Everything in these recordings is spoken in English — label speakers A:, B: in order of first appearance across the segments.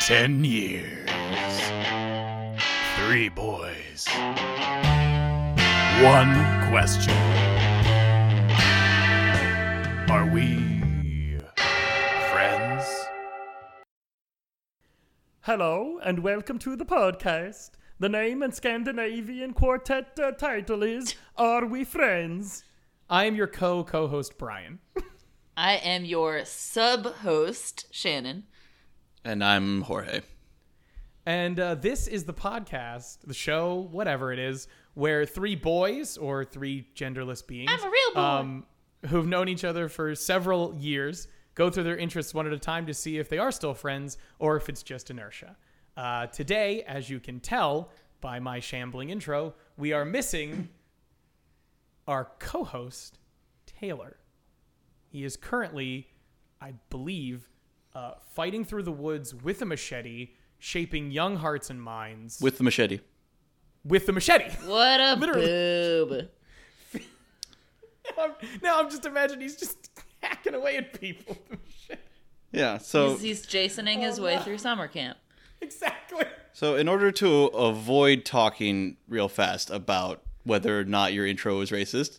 A: Ten years. Three boys. One question. Are we friends?
B: Hello and welcome to the podcast. The name and Scandinavian quartet uh, title is Are We Friends?
C: I am your co co host, Brian.
D: I am your sub host, Shannon.
E: And I'm Jorge.
C: And uh, this is the podcast, the show, whatever it is, where three boys or three genderless beings
D: I'm a real boy.
C: um, who've known each other for several years go through their interests one at a time to see if they are still friends or if it's just inertia. Uh, today, as you can tell by my shambling intro, we are missing our co host, Taylor. He is currently, I believe, uh, fighting through the woods with a machete, shaping young hearts and minds
E: With the machete.
C: with the machete.
D: What a
C: Literally. Oh.
D: boob.
C: I'm- now I'm just imagining he's just hacking away at people. with the machete.
E: Yeah, so
D: He's, he's Jasoning his way through summer camp.
C: exactly.
E: so in order to avoid talking real fast about whether or not your intro was racist,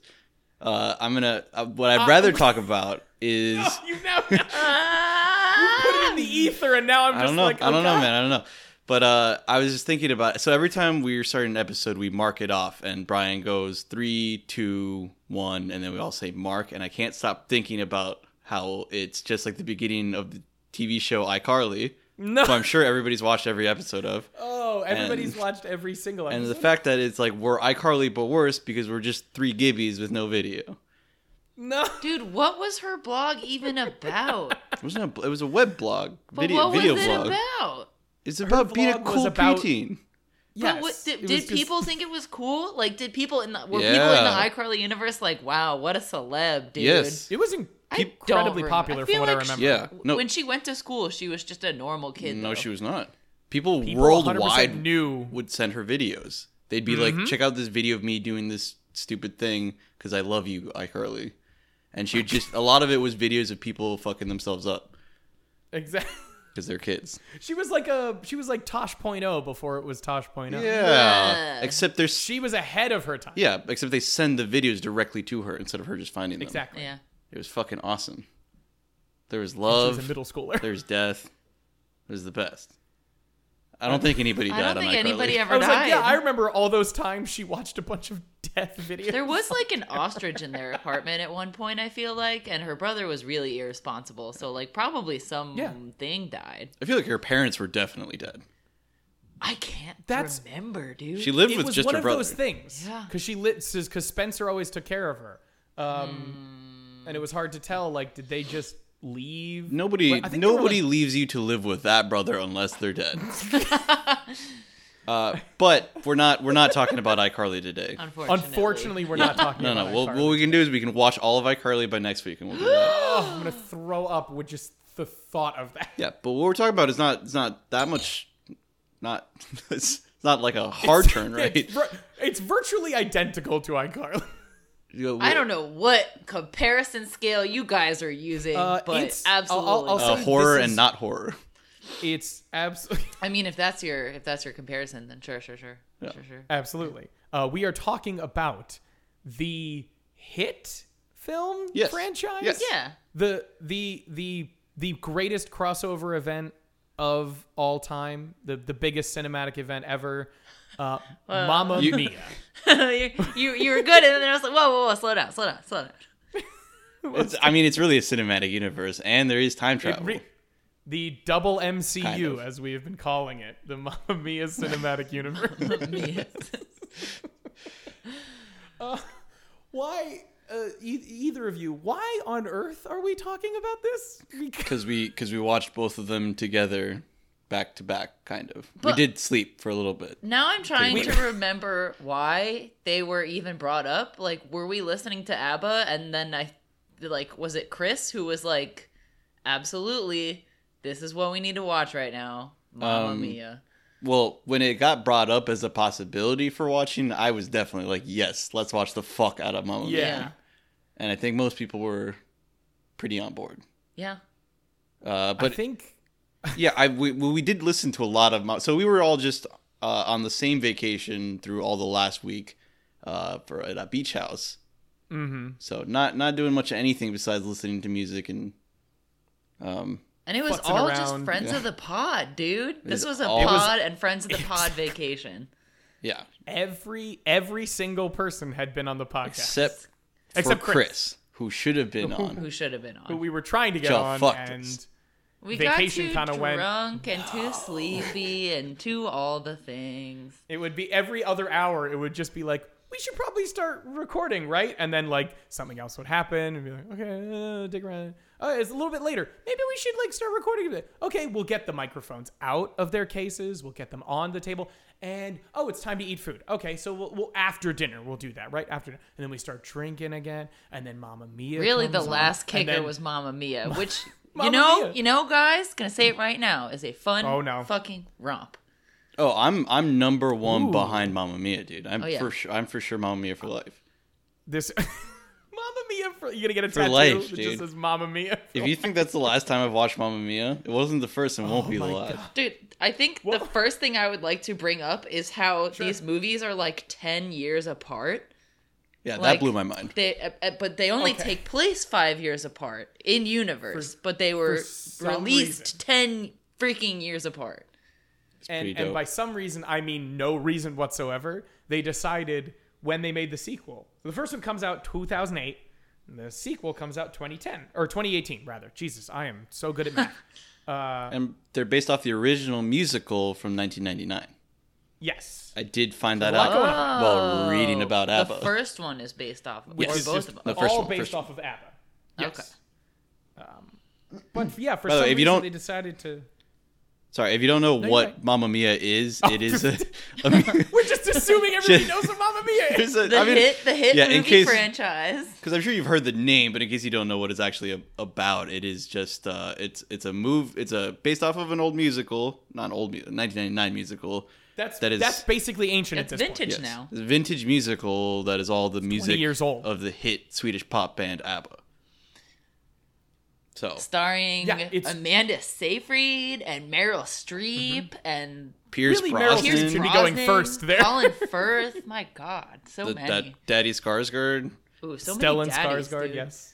E: uh, I'm gonna. Uh, what I'd rather talk about is
C: You now you
D: Ah!
C: put it in the ether, and now I'm
E: I
C: just
E: don't know.
C: like,
E: I
C: oh,
E: don't know,
C: God.
E: man. I don't know. But uh, I was just thinking about. So every time we're starting an episode, we mark it off, and Brian goes three, two, one, and then we all say mark. And I can't stop thinking about how it's just like the beginning of the TV show iCarly.
C: No.
E: So I'm sure everybody's watched every episode of.
C: Oh, everybody's
E: And-
C: watched every single episode.
E: And the fact that it's like we're iCarly but worse because we're just three gibbies with no video.
C: no,
D: Dude, what was her blog even about?
E: It wasn't. A, bl- it was a web blog,
D: But
E: video,
D: what was
E: video
D: it
E: blog.
D: about?
E: It's about being a
C: vlog was
E: cool
C: about-
E: preteen.
C: yes,
D: but what,
C: It
D: did,
C: was
D: did
C: just-
D: people think it was cool? Like, did people in the were people in
E: Yeah.
D: the iCarly universe like, wow, what a celeb, dude?
E: Yes.
C: It was in-
D: I don't
C: incredibly
D: remember.
C: popular
D: I
C: from
D: feel
C: what I
D: like she-
C: remember.
E: Yeah. No.
D: When she went to school, she was just a normal kid.
E: No,
D: though.
E: she was not. People,
C: People 100%
E: worldwide
C: knew.
E: would send her videos. They'd be
D: Mm-hmm.
E: like, "Check out this video of me doing this stupid thing because I love you, iCarly," and she would just a lot of it was videos of people fucking themselves up
C: Exactly.
E: because they're kids.
C: She was like a she was like Tosh.0 before it was Tosh.0.
D: Yeah.
E: Except there's
C: She was ahead of her time.
E: yeah. Except they send the videos directly to her instead of her just finding them.
C: Exactly.
D: Yeah.
E: It was fucking awesome. There was
C: She was a
E: love.
C: middle schooler.
E: There was death. It was the best. I don't think anybody
D: I
E: died
D: don't
E: on
D: think
E: iCarly.
D: anybody
C: I
D: ever
C: was
D: died.
C: like, yeah, I remember all those times she watched a bunch of death videos.
D: There was like an ostrich in their apartment at one point, I feel like, and her brother was really irresponsible. So like probably some
C: Yeah.
D: thing died.
E: I feel like her parents were definitely dead.
D: I can't
C: That's-
D: remember, dude.
E: She lived
C: it
E: with
C: was
E: just
C: one
E: her
C: of
E: brother.
C: those things.
D: Yeah.
C: Because she lit because Spencer always took care of her, um,
D: Hmm.
C: and it was hard to tell. Like, did they just leave?
E: Nobody,
C: But I think they were,
E: nobody
C: like-
E: leaves you to live with that brother unless they're dead. uh, but we're not, we're not talking about iCarly today.
D: unfortunately.
C: Unfortunately, we're not talking.
E: No,
C: about
E: no.
C: it,
E: We'll,
C: Carter.
E: what we can do is we can watch all of iCarly by next week, and we'll do that.
C: Oh, I'm gonna throw up with just the thought of that.
E: Yeah, but what we're talking about is not, it's not that much. Not, it's not like a hard turn, right?
C: It's, vir- it's virtually identical to iCarly.
E: You know,
D: I don't know what comparison scale you guys are using,
C: Uh,
D: but
C: it's- I'll-
D: absolutely.
C: I'll- I'll
E: Uh,
C: This
E: horror
C: is-
E: and not horror.
C: It's absolutely,
D: I mean, if that's your if that's your comparison, then sure, sure, sure, sure, sure.
C: absolutely. Uh, we are talking about the hit film
E: Yes.
C: franchise.
E: Yes.
D: Yeah,
C: the the the the greatest crossover event of all time, the the biggest cinematic event ever, uh, Mamma
E: You-
C: Mia.
D: you, you you were good, and then I was like, whoa, whoa, whoa, slow down, slow down, slow down.
E: It's, I mean, it's really a cinematic universe, and there is time
C: It
E: travel.
C: re- the double MCU,
E: Oh. Kind of.
C: as we have been calling it, the Mamma Mia cinematic universe.
D: Me.
C: why, uh, e- either of you? Why on earth are we talking about this? Because
E: because we because we watched both of them together back to back kind of
D: But-
E: we did sleep for a little bit
D: Now I'm trying
E: Pretty
D: to remember why they were even brought up. Like, were we listening to ABBA? And then I, like, was it Chris who was like, absolutely, this is what we need to watch right now? Mamma
E: Um,
D: Mia.
E: well when it got brought up as a possibility for watching i was definitely like yes let's watch the fuck out of mama Mia."
C: yeah.
E: and i think most people were pretty on board
D: Yeah.
E: uh,
C: I
E: but
C: think
E: yeah, I we, we did listen to a lot of. Mo- so we were all just uh, on the same vacation through all the last week uh, for at a beach house. Mm-hmm. So not not doing much of anything besides listening to music and um
D: And it was
C: Futzing
D: all just
C: around.
D: friends of the pod, dude. This was
E: was
D: a
E: all- It was-
D: pod and friends of the pod vacation.
E: yeah,
C: Every every single person had been on the podcast.
E: except for
C: Except
E: Chris,
C: Chris.
E: who should have been on.
D: Who should have been on?
C: who we were trying to get
E: Joe
C: on
E: fucked
C: and
E: us.
D: We
C: Vacation
D: got
C: kinda
D: too
C: went-
D: drunk and too sleepy and too all the things.
C: it would be every other hour it would just be like we should probably start recording right and then like something else would happen and be like okay uh, dig around oh it's a little bit later maybe we should like start recording a bit okay we'll get the microphones out of their cases we'll get them on the table and oh it's time to eat food okay so we'll, we'll after dinner we'll do that right after dinner and then we start drinking again and then mama mia
D: Really, the
C: comes on,
D: last
C: and
D: kicker
C: then-
D: was Mamma Mia, which
C: Mamma
D: you know,
C: Mia.
D: you know, guys, gonna say it right now is a fun,
C: Oh, no.
D: fucking romp.
E: Oh, I'm I'm number one behind Mamma Mia, dude. I'm
D: Oh, yeah. Oh.
E: for sure. I'm for sure Mamma Mia for life.
C: this mama mia for, you gonna get a tattoo
E: life,
C: that
E: dude.
C: just says mama mia
E: If you think that's the last time I've watched Mamma Mia, it wasn't the first and
C: Oh
E: won't be the last.
D: Dude, I think the first thing I would like to bring up is how these movies are like ten years apart.
E: Yeah,
D: Like,
E: that blew my mind.
D: They, uh, uh, but they only
C: Okay.
D: take place five years apart in universe, but they were
C: some reason.
D: released ten freaking years apart.
C: and,
E: pretty
C: and
E: dope.
C: by some reason i mean no reason whatsoever they decided when they made the sequel the first one comes out 2008 and the sequel comes out 2010 or 2018 rather jesus i am so good at math
E: And they're based off the original musical from 1999.
C: yes
E: I did find that
C: lot
E: out
C: going
E: while reading about ABBA.
D: Oh. The first one is based off, of,
E: Yes.
D: or
E: It's
D: both
E: just
D: of them.
E: the first
C: all
E: one,
C: based
E: first
C: off of abba yes.
D: Okay.
C: um, but yeah for
E: By the
C: some
E: way, if
C: reason
E: you don't-
C: they decided to
E: Sorry, if you don't know what
C: right. Oh.
E: Mamma Mia is, it is a. a mu-
C: we're just assuming everybody
E: Shit.
C: knows what mama mia is
E: it's a-
D: The
E: I mean,
D: hit, the hit
E: yeah,
D: movie
E: in case-
D: franchise.
E: because I'm sure you've heard the name, but in case you don't know what it's actually a- about, it is just uh, it's it's a move. It's a based off of an old musical, not an old mu- 1999 musical.
C: that's
E: that is
C: that's basically ancient
D: It's
C: at this
D: vintage
C: point
E: yes,
D: now.
E: it's a vintage musical that is all the music
C: years old.
E: of the hit Swedish pop band ABBA. So
D: starring
C: Oh. Yeah, it's-
D: Amanda Seyfried and Meryl Streep
C: Mm-hmm.
D: and
E: Pierce
C: Really, Meryl Streep
E: Brosnan,
D: Pierce
C: should be
D: Brosnan,
C: going first there.
D: Colin Firth. My God, so
E: the- that
D: many.
E: Daddy Skarsgård.
D: Ooh, so
C: stellan
D: many daddies,
C: skarsgård
D: dude.
C: yes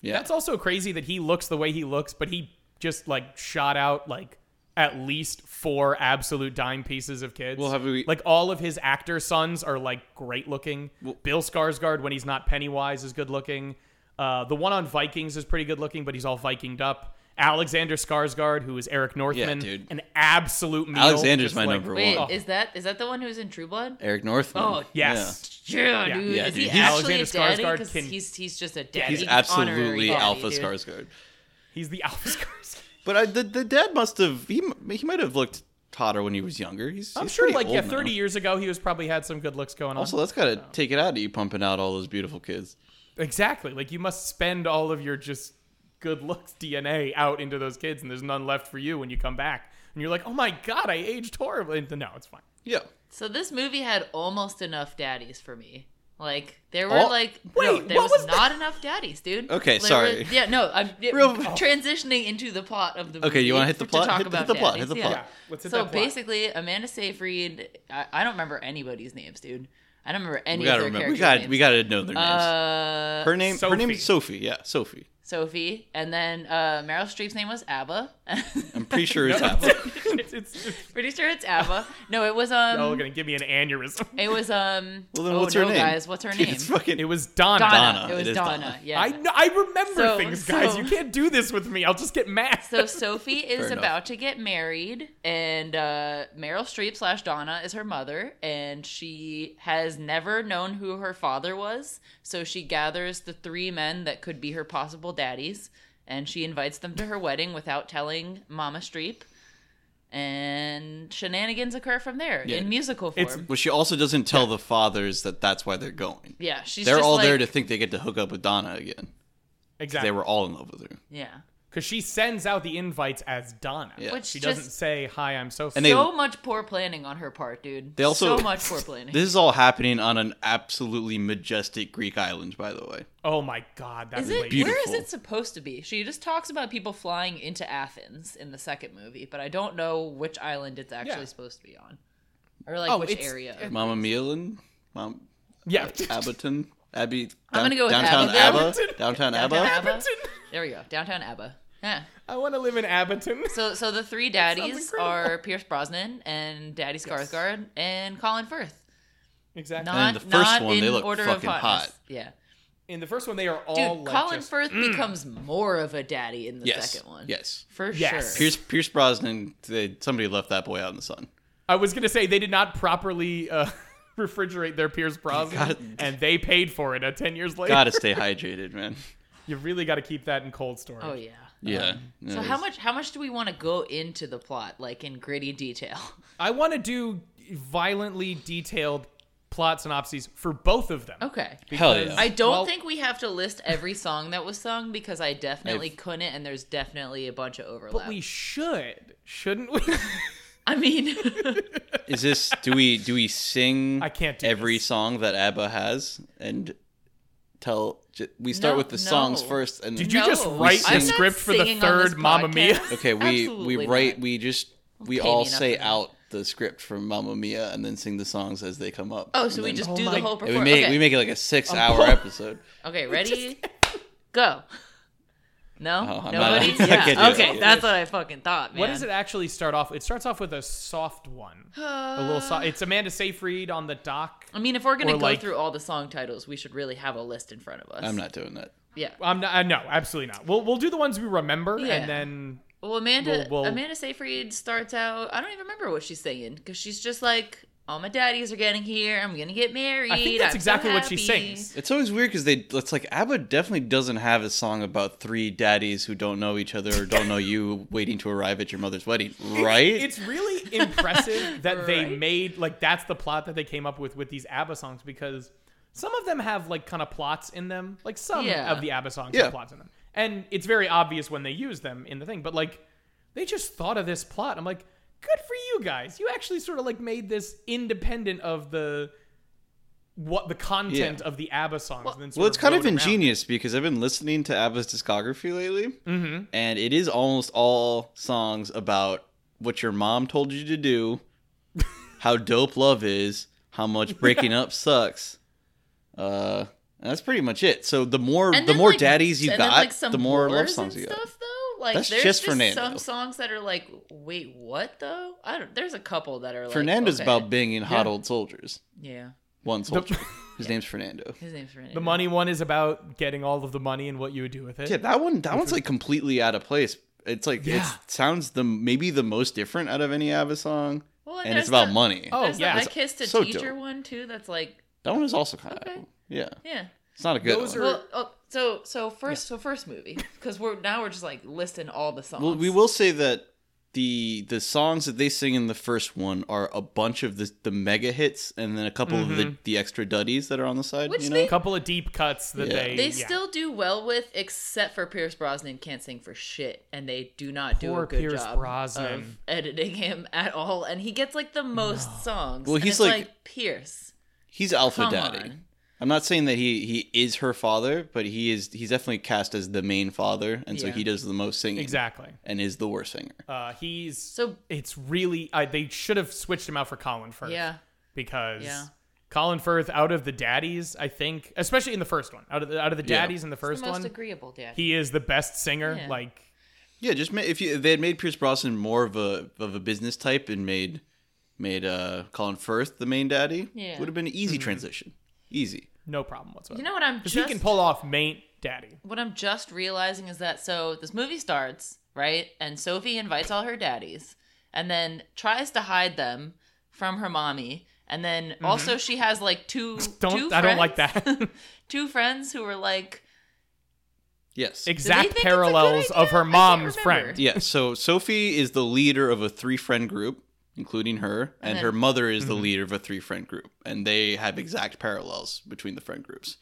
E: Yeah,
C: That's also crazy that he looks the way he looks, but he just like shot out like at least four absolute dime pieces of kids.
E: Well, have we-
C: like all of his actor sons are like great looking. Bill Skarsgård when he's not Pennywise is good looking. Uh, the one on Vikings is pretty good looking, but he's all Vikinged up. Alexander Skarsgård, who is Eric Northman,
E: dude.
C: an absolute meal.
E: Alexander's
C: Just,
E: my number
D: Wait,
C: Oh.
E: one.
D: is that is that the one who's in True Blood?
E: Eric Northman.
D: Oh,
C: Yes.
D: Yeah, dude.
E: Yeah,
D: is
E: dude.
D: he
E: He's-
D: actually a
C: Alexander
D: daddy?
C: Skarsgård
D: 'Cause
C: can-
D: he's he's just a daddy.
E: He's absolutely
D: honorary daddy,
E: Alpha
D: dude.
E: Skarsgård.
C: He's the Alpha Skarsgård.
E: But I, the the dad must have he m- he might have looked hotter when he was younger. He's
C: I'm
E: he's
C: sure,
E: pretty
C: like yeah,
E: old now.
C: 30 years ago, he was probably had some good looks going on.
E: Also, that's gotta take it out of you pumping out all those beautiful kids.
C: Exactly. Like you must spend all of your just good looks DNA out into those kids, and there's none left for you when you come back. And you're like, oh my god, I aged horribly. And No, it's fine.
E: Yeah.
D: So this movie had almost enough daddies for me. Like there were
E: All-
D: like
C: Wait,
D: no, there
C: what
D: was,
C: was that?
D: not enough daddies, dude.
E: Okay,
D: Like,
E: sorry.
D: we're- Yeah, no, I'm yeah,
E: Real-
D: transitioning into the plot of the movie.
E: Okay, you wanna hit the
D: to
E: plot?
D: talk
E: Hit the- hit
D: about
E: the plot, hit
D: daddies,
E: the
D: yeah.
E: plot.
C: Let's hit
D: So
C: that plot.
D: basically, Amanda Seyfried. I, I don't remember anybody's names, dude. I don't remember any of
E: We gotta
D: their
E: remember. We
D: characters'
E: got
D: names.
E: we gotta know their names.
D: uh,
E: her name her name is
C: Sophie.
E: Sophie. Yeah, Sophie.
D: Sophie, and then uh, Meryl Streep's name was Abba.
E: I'm pretty sure it's Apple.
C: it's, it's, it's,
D: Pretty sure it's Abba. No, it was um,
C: y'all are gonna give me an aneurysm.
D: it was um.
E: Well, then
D: oh,
E: what's
D: no,
E: her name?
D: guys? What's her name?
E: It's fucking.
C: It was Donna.
D: Donna.
E: Donna.
D: It was
E: It is
D: Donna.
E: Donna.
D: Yeah.
C: I know, I remember
D: So-
C: things, guys.
D: so-
C: you can't do this with me. I'll just get mad.
D: So Sophie is
E: enough.
D: about to get married, and uh, Meryl Streep slash Donna is her mother, and she has never known who her father was. So she gathers the three men that could be her possible daddies, and she invites them to her wedding without telling Mama Streep. And shenanigans occur from there
E: Yeah.
D: in musical form.
C: It's-
E: Well, she also doesn't tell the fathers that that's why they're going.
D: yeah, she's
E: they're
D: just
E: all
D: like,
E: there to think they get to hook up with Donna again.
C: exactly.
E: They were all in love with her.
D: yeah.
C: because she sends out the invites as Donna.
E: Yeah.
D: Which
C: she
D: just-
C: doesn't say hi. I'm so.
E: And they-
D: so much poor planning on her part, dude.
E: They also-
D: so much poor planning.
E: This is all happening on an absolutely majestic Greek island, by the way.
C: oh my god, that's
D: is it
E: beautiful.
D: where is it supposed to be? She just talks about people flying into Athens in the second movie, but I don't know which island it's actually
C: Yeah.
D: supposed to be on, or like
C: Oh,
D: which
C: it's-
D: area.
E: Mama Milan, Mom
C: Yeah.
E: Abboton, Abbey.
D: I'm gonna go with
E: downtown
D: Abboton.
E: Abba. Downtown Abba.
D: Downtown Abba. There we go, downtown Abba. Yeah.
C: I want to live in Abington.
D: So, so the three daddies are Pierce Brosnan and Daddy Skarsgård and Colin Firth.
C: Exactly.
D: Not,
E: the first
D: not
E: one,
D: in
E: they look
D: order
E: fucking
D: of hotness.
E: hot.
D: Yeah,
C: in the first one, they are all
D: dude,
C: like
D: Colin
C: just- mm.
D: Firth becomes more of a daddy in the
E: Yes.
D: second one.
E: Yes.
D: for
C: Yes.
D: sure.
E: Pierce Pierce Brosnan. They, somebody left that boy out in the sun.
C: I was gonna say they did not properly uh, refrigerate their Pierce Brosnan,
E: Gotta-
C: and they paid for it uh, ten years later.
E: Gotta stay hydrated, man.
C: You really got to keep that in cold storage.
D: oh yeah.
E: Yeah. Yeah,
D: So
E: it
D: how
E: was-
D: much how much do we want to go into the plot like in gritty detail?
C: I want to do violently detailed plot synopses for both of them.
D: Okay.
E: Hell
C: because-
E: yeah.
D: I don't
C: Well-
D: think we have to list every song that was sung because I definitely
E: I've-
D: couldn't, and there's definitely a bunch of overlap.
C: But we should, shouldn't we?
D: I mean,
E: Is this? Do we do we sing?
C: I can't do
E: every
C: this.
E: song that ABBA has and tell. j- We start
D: No,
E: with the songs
D: no.
E: first, and
C: Did you just
D: No.
C: write
E: I'm
C: the
E: not
C: script for the
D: singing on this
C: third Mamma Mia?
D: podcast.
E: Okay, we
D: Absolutely
E: we write.
D: not.
E: We just we
D: Pay me
E: all
D: enough
E: say
D: for that.
E: out the script from Mamma Mia and then sing the songs as they come up.
D: oh,
E: And
D: so we
E: then-
D: just
C: Oh
D: do
C: my-
D: the whole
E: and we
D: performance.
E: make
D: okay.
E: we make it like a six hour episode.
D: okay, ready, go. No,
E: No, Oh, I'm not-
D: nobody.
E: I'm not
D: yeah.
E: gonna do
D: okay,
E: it.
D: that's what I fucking thought, man.
C: What does it actually start off? It starts off with a soft one, a little soft. It's Amanda Seyfried on the dock.
D: I mean, if we're gonna
C: Or
D: go
C: like-
D: through all the song titles, we should really have a list in front of us.
E: I'm not doing that.
D: Yeah.
C: I'm not. Uh, no, absolutely not. We'll we'll do the ones we remember,
D: Yeah.
C: and then
D: Well, Amanda
C: We'll- we'll-
D: Amanda Seyfried starts out. I don't even remember what she's singing because she's just like, "All my daddies are getting here. I'm gonna get married."
C: I think that's
D: I'm so
C: exactly what she
D: happy."
C: sings.
E: It's always weird because they. It's like ABBA definitely doesn't have a song about three daddies who don't know each other or don't know you waiting to arrive at your mother's wedding, right?
C: It's really impressive that they
D: Right?
C: made like that's the plot that they came up with with these ABBA songs because some of them have like kind of plots in them, like some
D: Yeah.
C: of the ABBA songs
E: Yeah.
C: have plots in them, and it's very obvious when they use them in the thing. But like, they just thought of this plot. I'm like, good for you guys. You actually sort of like made this independent of the what the content
E: Yeah.
C: of the ABBA songs. and then sort
E: Well, it's kind
C: wrote
E: of
C: around it.
E: ingenious because I've been listening to ABBA's discography lately, mm-hmm. and it is almost all songs about what your mom told you to do, how dope love is, how much breaking up sucks. Uh, and that's pretty much it. So the more
D: And
E: the
D: then,
E: more
D: like,
E: daddies you
D: and
E: got,
D: then, like, some
E: the more love
D: blurs
E: songs
D: and
E: you got.
D: Stuff though, like
E: That's
D: there's
E: just
D: just,
E: Fernando.
D: some songs that are like, wait, what though? I don't. There's a couple that are like
E: Fernando's
D: okay.
E: about binging hot old soldiers.
D: yeah.
E: One soldier. His name's Fernando.
D: His name's Fernando.
C: The money one is about getting all of the money and what you would do with it.
E: Yeah, that one. That one's like completely out of place. It's like
C: Yeah.
E: it sounds the maybe the most different out of any ABBA song,
D: Well,
E: and
D: there's
E: it's about
D: the-
E: money.
C: Oh,
D: There's the
C: yeah.
D: I kissed a
E: So
D: teacher
E: dope.
D: one too. That's like,
E: That one is also kind of
D: Okay.
E: yeah.
D: yeah.
E: It's not a good
C: Those
E: one.
C: are-
D: Well, oh, so so first so first movie because we're now we're just like listing all the songs.
E: Well, we will say that the the songs that they sing in the first one are a bunch of the the mega hits, and then a couple of the, the extra duddies that are on the side.
D: Mm-hmm. Which
E: you know?
D: they
C: A couple of deep cuts that
E: Yeah.
C: they
D: they
C: yeah.
D: still do well with, except for Pierce Brosnan can't sing for shit, and they do not do
C: Poor
D: a good
C: Pierce
D: job
C: Brosnan.
D: of editing him at all. And he gets like the most songs.
E: Well,
D: and
E: he's
D: it's
E: like-
D: Pierce.
E: he's alpha
D: Come
E: daddy.
D: on.
E: I'm not saying that he he is her father, but he is he's definitely cast as the main father, and so
D: Yeah.
E: he does the most singing
C: exactly.
E: and is the worst singer.
C: Uh, he's
D: So-
C: it's really I they should have switched him out for Colin Firth.
D: Yeah.
C: because
D: Yeah.
C: Colin Firth out of the daddies, I think, especially in the first one, out of the, out of the
E: Yeah.
C: daddies in the first
D: the most
C: one,
D: agreeable dad.
C: he is the best singer.
D: Yeah.
C: Like
E: Yeah, just ma- if you if they had made Pierce Brosnan more of a of a business type and made made uh Colin Firth the main daddy,
D: Yeah.
E: would have been an easy transition, easy.
C: no problem whatsoever.
D: you know what I'm
C: 'Cause
D: just
C: he can pull off main daddy.
D: what I'm just realizing is that so this movie starts, right? And Sophie invites all her daddies and then tries to hide them from her mommy. And then also she has like 2
C: Mm-hmm. Don't-
D: two
C: I don't like
D: friends-
C: that.
D: two friends who were like
E: Yes.
D: think
C: Exact
D: it's a good
C: parallels of
D: idea? I
C: her
D: can't
C: mom's
D: remember.
C: friend.
E: yeah. So Sophie is the leader of a three friend group, including her, and, her
D: then-
E: Mm-hmm. mother is the leader of a three friend group, and they have exact parallels between the friend groups.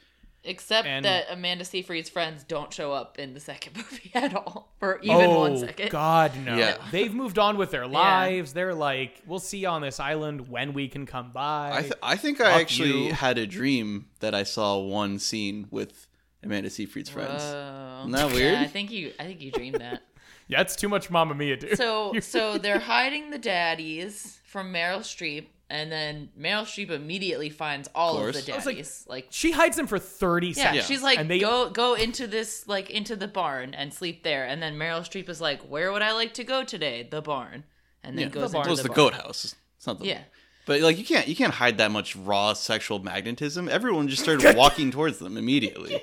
D: Except
C: And-
D: that Amanda Seyfried's friends don't show up in the second movie at all, for even
C: oh,
D: one second.
C: God, no.
E: Yeah.
C: They've moved on with their lives. They're like, we'll see you on this island when we can come by.
E: I, th- I think I
C: Fuck
E: actually
C: you.
E: had a dream that I saw one scene with Amanda Seyfried's friends.
D: Whoa.
E: Isn't that
D: Oh. Yeah, I
E: weird?
D: think you. I think you dreamed that.
C: yeah, it's too much Mamma Mia, dude.
D: So, so they're hiding the daddies from Meryl Streep, and then Meryl Streep immediately finds all of,
E: course.
D: the
E: I
C: was like-
D: daddies. Like,
C: she hides them for 30
D: yeah,
C: seconds.
D: she's like,
C: And they-
D: go go into this like into the barn and sleep there. And then Meryl Streep is like, where would I like to go today? The barn. And then
E: Yeah,
D: goes
C: the barn.
D: into
E: it was
D: the,
E: the
D: barn.
E: goat house. It's not the
D: Yeah.
E: But like you can't you can't hide that much raw sexual magnetism. Everyone just started walking towards them immediately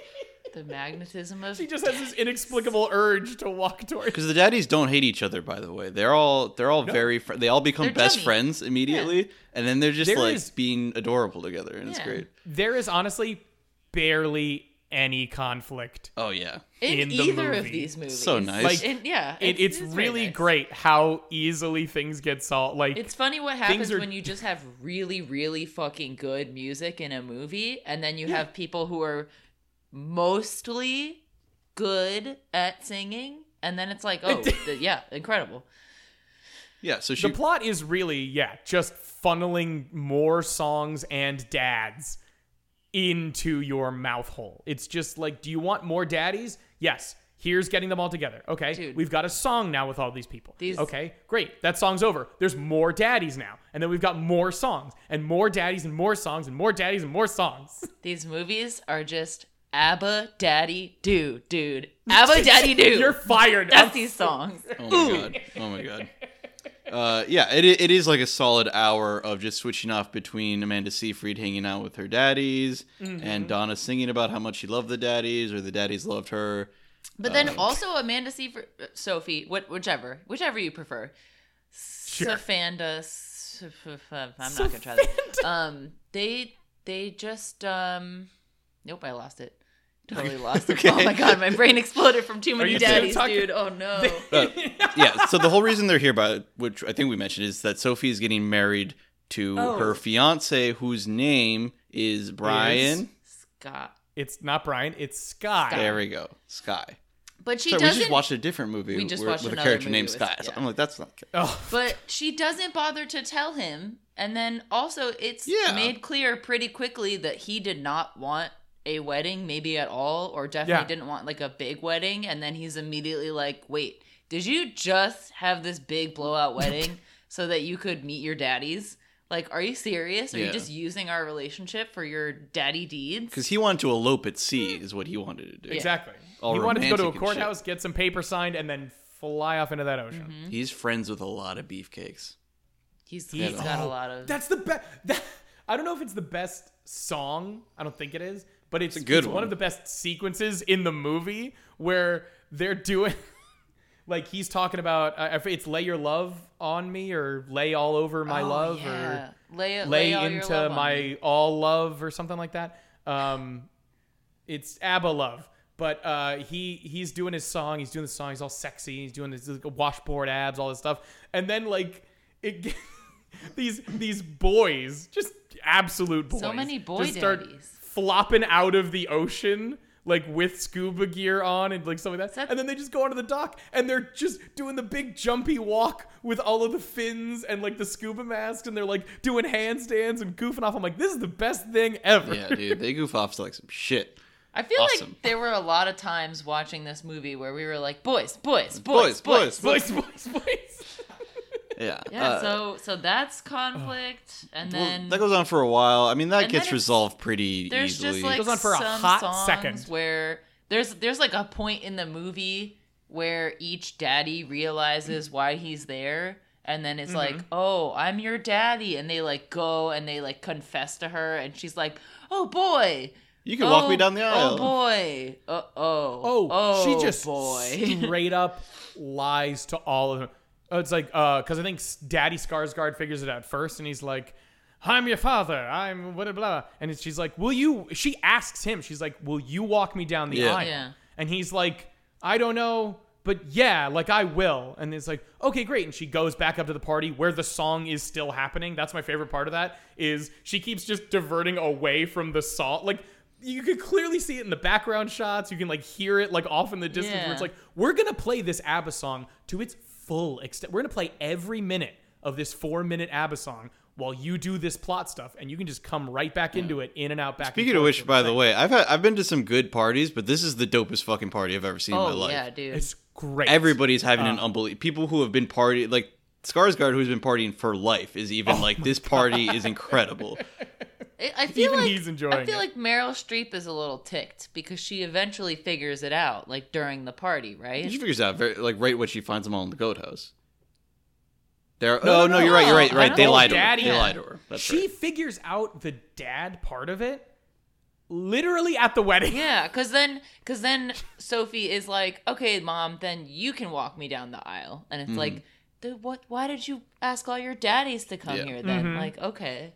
D: The magnetism of
C: She just has this inexplicable urge to walk towards.
E: because the daddies don't hate each other. By the way, they're all they're all very fr- they all become
D: They're
E: best
D: chummy.
E: friends immediately, and then they're just
C: There
E: like
C: is-
E: being adorable together, and it's
D: Yeah.
E: great.
C: There is honestly barely any conflict.
E: Oh yeah,
D: in,
C: in the
D: either of
C: movie.
D: these movies.
E: So nice.
C: Like,
D: In- yeah,
C: It, it's
D: very
C: really
D: nice.
C: great how easily things get solved. Like,
D: It's funny what happens
C: are-
D: when you just have really, really fucking good music in a movie, and then you have people who are mostly good at singing, and then it's like, oh, th- yeah, incredible.
E: yeah. So she
C: the plot is really, yeah, just funneling more songs and dads into your mouth hole. It's just like, do you want more daddies? Yes. Here's getting them all together. Okay.
D: Dude.
C: We've got a song now with all these people.
D: These-
C: Okay. Great. That song's over. There's more daddies now. And then we've got more songs and more daddies and more songs and more daddies and more songs.
D: These movies are just ABBA Daddy Do, dude. ABBA Daddy
C: You're
D: Do.
C: fired.
D: That's
C: I'm-
D: these songs.
E: Oh my god. Oh my god. Uh, yeah, it, i- it is like a solid hour of just switching off between Amanda Seyfried hanging out with her daddies
C: Mm-hmm.
E: and Donna singing about how much she loved the daddies or the daddies loved her.
D: But then
E: Um,
D: also Amanda Seyfried, uh, Sophie, what, whichever, whichever you prefer. Safanda, S- f- f- I'm not gonna try that. Um, they they just um, nope, I lost it. Totally lost it. Oh my god, my brain exploded from too many
C: you still
D: daddies,
C: talking-
D: dude. Oh no.
E: Uh, Yeah, so the whole reason they're here, by which I think we mentioned, is that Sophie is getting married to
D: Oh.
E: her fiance, whose name is Brian.
D: Scott.
C: It's not Brian. It's Sky.
D: Sky.
E: There we go, Sky.
D: But she
E: Sorry, we
D: doesn't
E: just watched a different movie
D: we just
E: where-
D: watched
E: with a
D: another
E: character
D: movie
E: named
D: with-
E: Sky. So
D: yeah.
E: I'm like, that's not.
C: Oh,
D: but she doesn't bother to tell him. And then also it's
E: Yeah.
D: made clear pretty quickly that he did not want a wedding maybe at all or definitely
C: Yeah.
D: didn't want like a big wedding and then he's immediately like, "Wait, did you just have this big blowout wedding so that you could meet your daddies?" Like, are you serious? Are
E: Yeah.
D: you just using our relationship for your daddy deeds?
E: Because he wanted to elope at
D: Hmm.
E: sea, is what he wanted to do.
C: Exactly.
E: All
C: he wanted to go to a
E: romantic and shit.
C: courthouse, get some paper signed, and then fly off into that ocean.
D: Mm-hmm.
E: He's friends with a lot of beefcakes.
D: He's, he's got a
C: Oh,
D: lot of
C: That's the best. That, I don't know if it's the best song. I don't think it is, but it's,
E: a good
C: it's one
E: one.
C: of the best sequences in the movie where they're doing. Like he's talking about, uh, it's lay your love on me or lay all over my
D: Oh,
C: love
D: yeah.
C: or
D: lay,
C: lay,
D: all your love
C: into
D: on
C: my
D: me.
C: all love or something like that. Um, it's ABBA love, but uh, he he's doing his song. He's doing the song. He's all sexy. He's doing this like, washboard abs, all this stuff, and then like it. g- these these boys, just absolute boys.
D: So many boy
C: just start
D: daddies.
C: flopping out of the ocean. Like with scuba gear on and like something like that.
D: That's-
C: and then they just go onto the dock and they're just doing the big jumpy walk with all of the fins and like the scuba masks and they're like doing handstands and goofing off. I'm like, this is the best thing ever.
E: Yeah, dude, they goof off to like some shit.
D: I feel
E: Awesome.
D: like there were a lot of times watching this movie where we were like, boys, boys,
E: Boys,
D: boys, boys.
E: boys,
C: Voice, voice, voice.
E: Yeah.
D: Yeah,
E: uh,
D: so so that's conflict, and
E: well,
D: then
E: that goes on for a while. I mean,
D: and
E: that
D: then
E: gets
D: it's-
E: resolved pretty
D: there's
E: easily.
D: just like
C: Goes on for a
D: some
C: hot
D: songs
C: second.
D: where there's there's like a point in the movie where each daddy realizes why he's there, and then it's like,
E: Mm-hmm.
D: oh, I'm your daddy, and they like go and they like confess to her, and she's like, oh boy.
E: you can
D: oh,
E: walk me down the
D: Oh
E: aisle.
D: boy. Uh oh.
C: Oh, she just
D: boy.
C: straight up lies to all of them. Uh, It's like because I think S- Daddy Skarsgård figures it out first, and he's like, "I'm your father. I'm blah blah." blah. And it's, she's like, "Will you?" She asks him. She's like, "Will you walk me down the
E: Yeah.
C: aisle?"
D: Yeah.
C: And he's like, "I don't know." But yeah, like I will. And it's like, okay, great. And she goes back up to the party where the song is still happening. That's my favorite part of that is she keeps just diverting away from the song. Like you could clearly see it in the background shots. You can like hear it like off in the distance where
D: Yeah.
C: it's like, we're gonna play this ABBA song to its full extent. We're gonna play every minute of this four minute ABBA song while you do this plot stuff, and you can just come right back into it, in and out, back. and
E: Speaking of
C: forth.
E: which, by the way, I've had, I've been to some good parties, but this is the dopest fucking party I've ever seen in my
D: Oh
E: life.
D: yeah, dude.
C: it's great.
E: Everybody's having an unbelievable. People who have been party like Skarsgård, who's been partying for life, is even like this party is incredible.
D: I- I feel
C: Even
D: like
C: he's enjoying
D: I feel
C: it.
D: like Meryl Streep is a little ticked because she eventually figures it out, like during the party, right?
E: She figures out very, like right when she finds them all in the goat house. There.
C: No,
E: oh
C: no,
E: no, you're right. You're right.
D: no.
E: You're right. They
D: Oh,
E: lied to her.
C: daddy.
E: They lied to her. That's
C: she
E: right.
C: figures out the dad part of it literally at the wedding.
D: Yeah, because then, because then Sophie is like, "Okay, mom, then you can walk me down the aisle," and it's like, the, "What? Why did you ask all your daddies to come
E: Mm-hmm. Yeah. Mm-hmm.
D: here then?" Like, okay,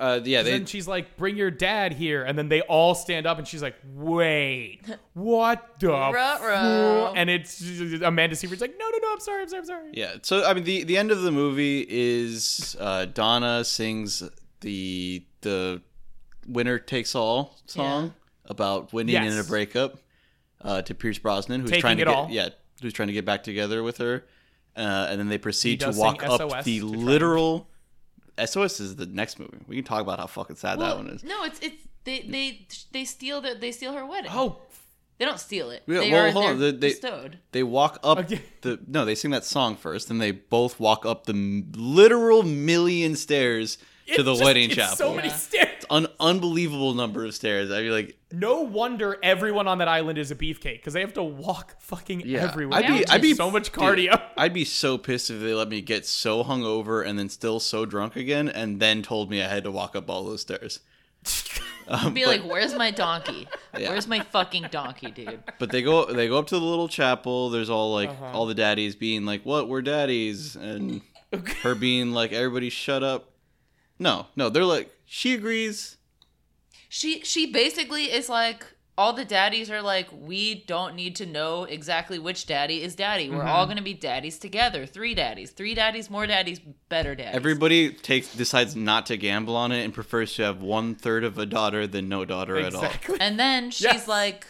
E: Uh, yeah. They,
C: And then she's like, "Bring your dad here," and then they all stand up, and she's like, "Wait, what the?"
D: Ruh-roh.
C: fu-" And it's Amanda Seyfried's like, "No, no, no, I'm sorry, I'm sorry, I'm sorry."
E: Yeah. So I mean, the the end of the movie is uh, Donna sings the the winner takes all song about winning in a
C: Yes.
E: breakup uh, to Pierce Brosnan, who's
C: Taking
E: trying to
C: it
E: get
C: all.
E: yeah, who's trying to get back together with her, uh, and then they proceed to
C: does
E: walk
C: sing
E: up
C: SOS
E: the
C: to try and-
E: literal. SOS is the next movie. We can talk about how fucking sad that
D: Well,
E: one is.
D: no, it's it's they they they steal the, they steal her wedding.
C: Oh,
D: they don't steal it.
E: Yeah,
D: they
E: well,
D: are
E: hold on,
D: they're
E: they- they-
D: bestowed.
E: They walk up
C: Okay.
E: the no. They sing that song first, then they both walk up the m- literal million stairs to
C: it's
E: the
C: just-
E: wedding
C: it's
E: chapel.
C: So many
D: Yeah.
C: stairs.
E: an unbelievable number of stairs. I'd be like,
C: No wonder everyone on that island is a beefcake because they have to walk fucking
E: yeah,
C: everywhere.
E: I'd be,
D: Yeah,
E: I'd be
C: so much
E: dude,
C: cardio.
E: I'd be so pissed if they let me get so hungover and then still so drunk again, and then told me I had to walk up all those stairs. Um,
D: Be
E: but,
D: like, "Where's my donkey?
E: Yeah.
D: Where's my fucking donkey, dude?"
E: but they go, they go up to the little chapel. There's all like
C: Uh-huh.
E: all the daddies being like, "What? We're daddies," and her being like, "Everybody, shut up." No, no, they're like, she agrees.
D: She she basically is like all the daddies are like we don't need to know exactly which daddy is daddy. We're all gonna be daddies together. Three daddies, three daddies, more daddies, better daddies.
E: Everybody takes decides not to gamble on it and prefers to have one third of a daughter than no daughter at all.
C: exactly.
D: and then she's
C: Yes.
D: like,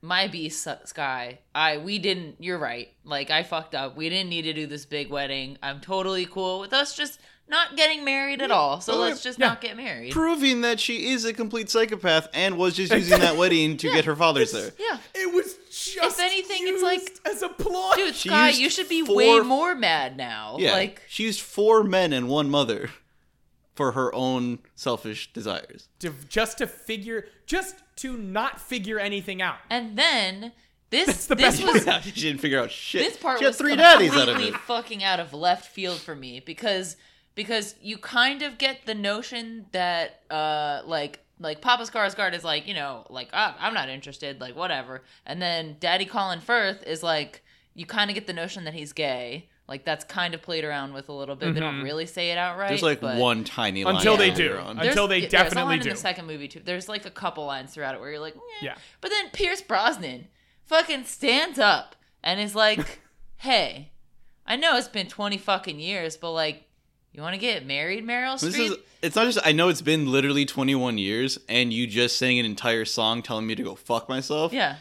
D: "My beast sky. I we didn't. You're right. Like I fucked up. We didn't need to do this big wedding. I'm totally cool with us just not getting married at all. So let's just not get married.
E: proving that she is a complete psychopath and was just using that wedding to get her father's there.
D: Yeah,
C: It was just.
D: anything,
C: used
D: it's like-
C: as a ploy.
D: dude,
E: She
D: Sky,
E: used
D: you should be
E: four-
D: way more mad now.
E: Yeah,
D: Like
E: she used four men and one mother for her own selfish desires.
C: to, just to figure, just to not figure anything out.
D: And then this
C: the
D: this
C: best
D: was
E: Yeah, she didn't figure out shit.
D: this part
E: she had
D: was
E: three
D: completely
E: daddies out of it.
D: fucking out of left field for me because because you kind of get the notion that uh like like Papa Skarsgård is like you know like ah, I'm not interested like whatever and then Daddy Colin Firth is like you kind of get the notion that he's gay like that's kind of played around with a little bit they don't really say it outright
E: Mm-hmm. There's like
D: but-
E: one tiny line
C: Until they
E: later
C: do.
E: on.
C: Until they
D: yeah, there's a
C: definitely
D: line in
C: do.
D: the second movie too. There's like a couple lines throughout it where you're like, eh.
C: Yeah.
D: But then Pierce Brosnan fucking stands up and is like, "Hey, I know it's been 20 fucking years, but like, you want to get married, Meryl
E: This
D: Streep?"
E: is it's not just I know it's been literally 21 years and you just sang an entire song telling me to go fuck myself.
D: yeah,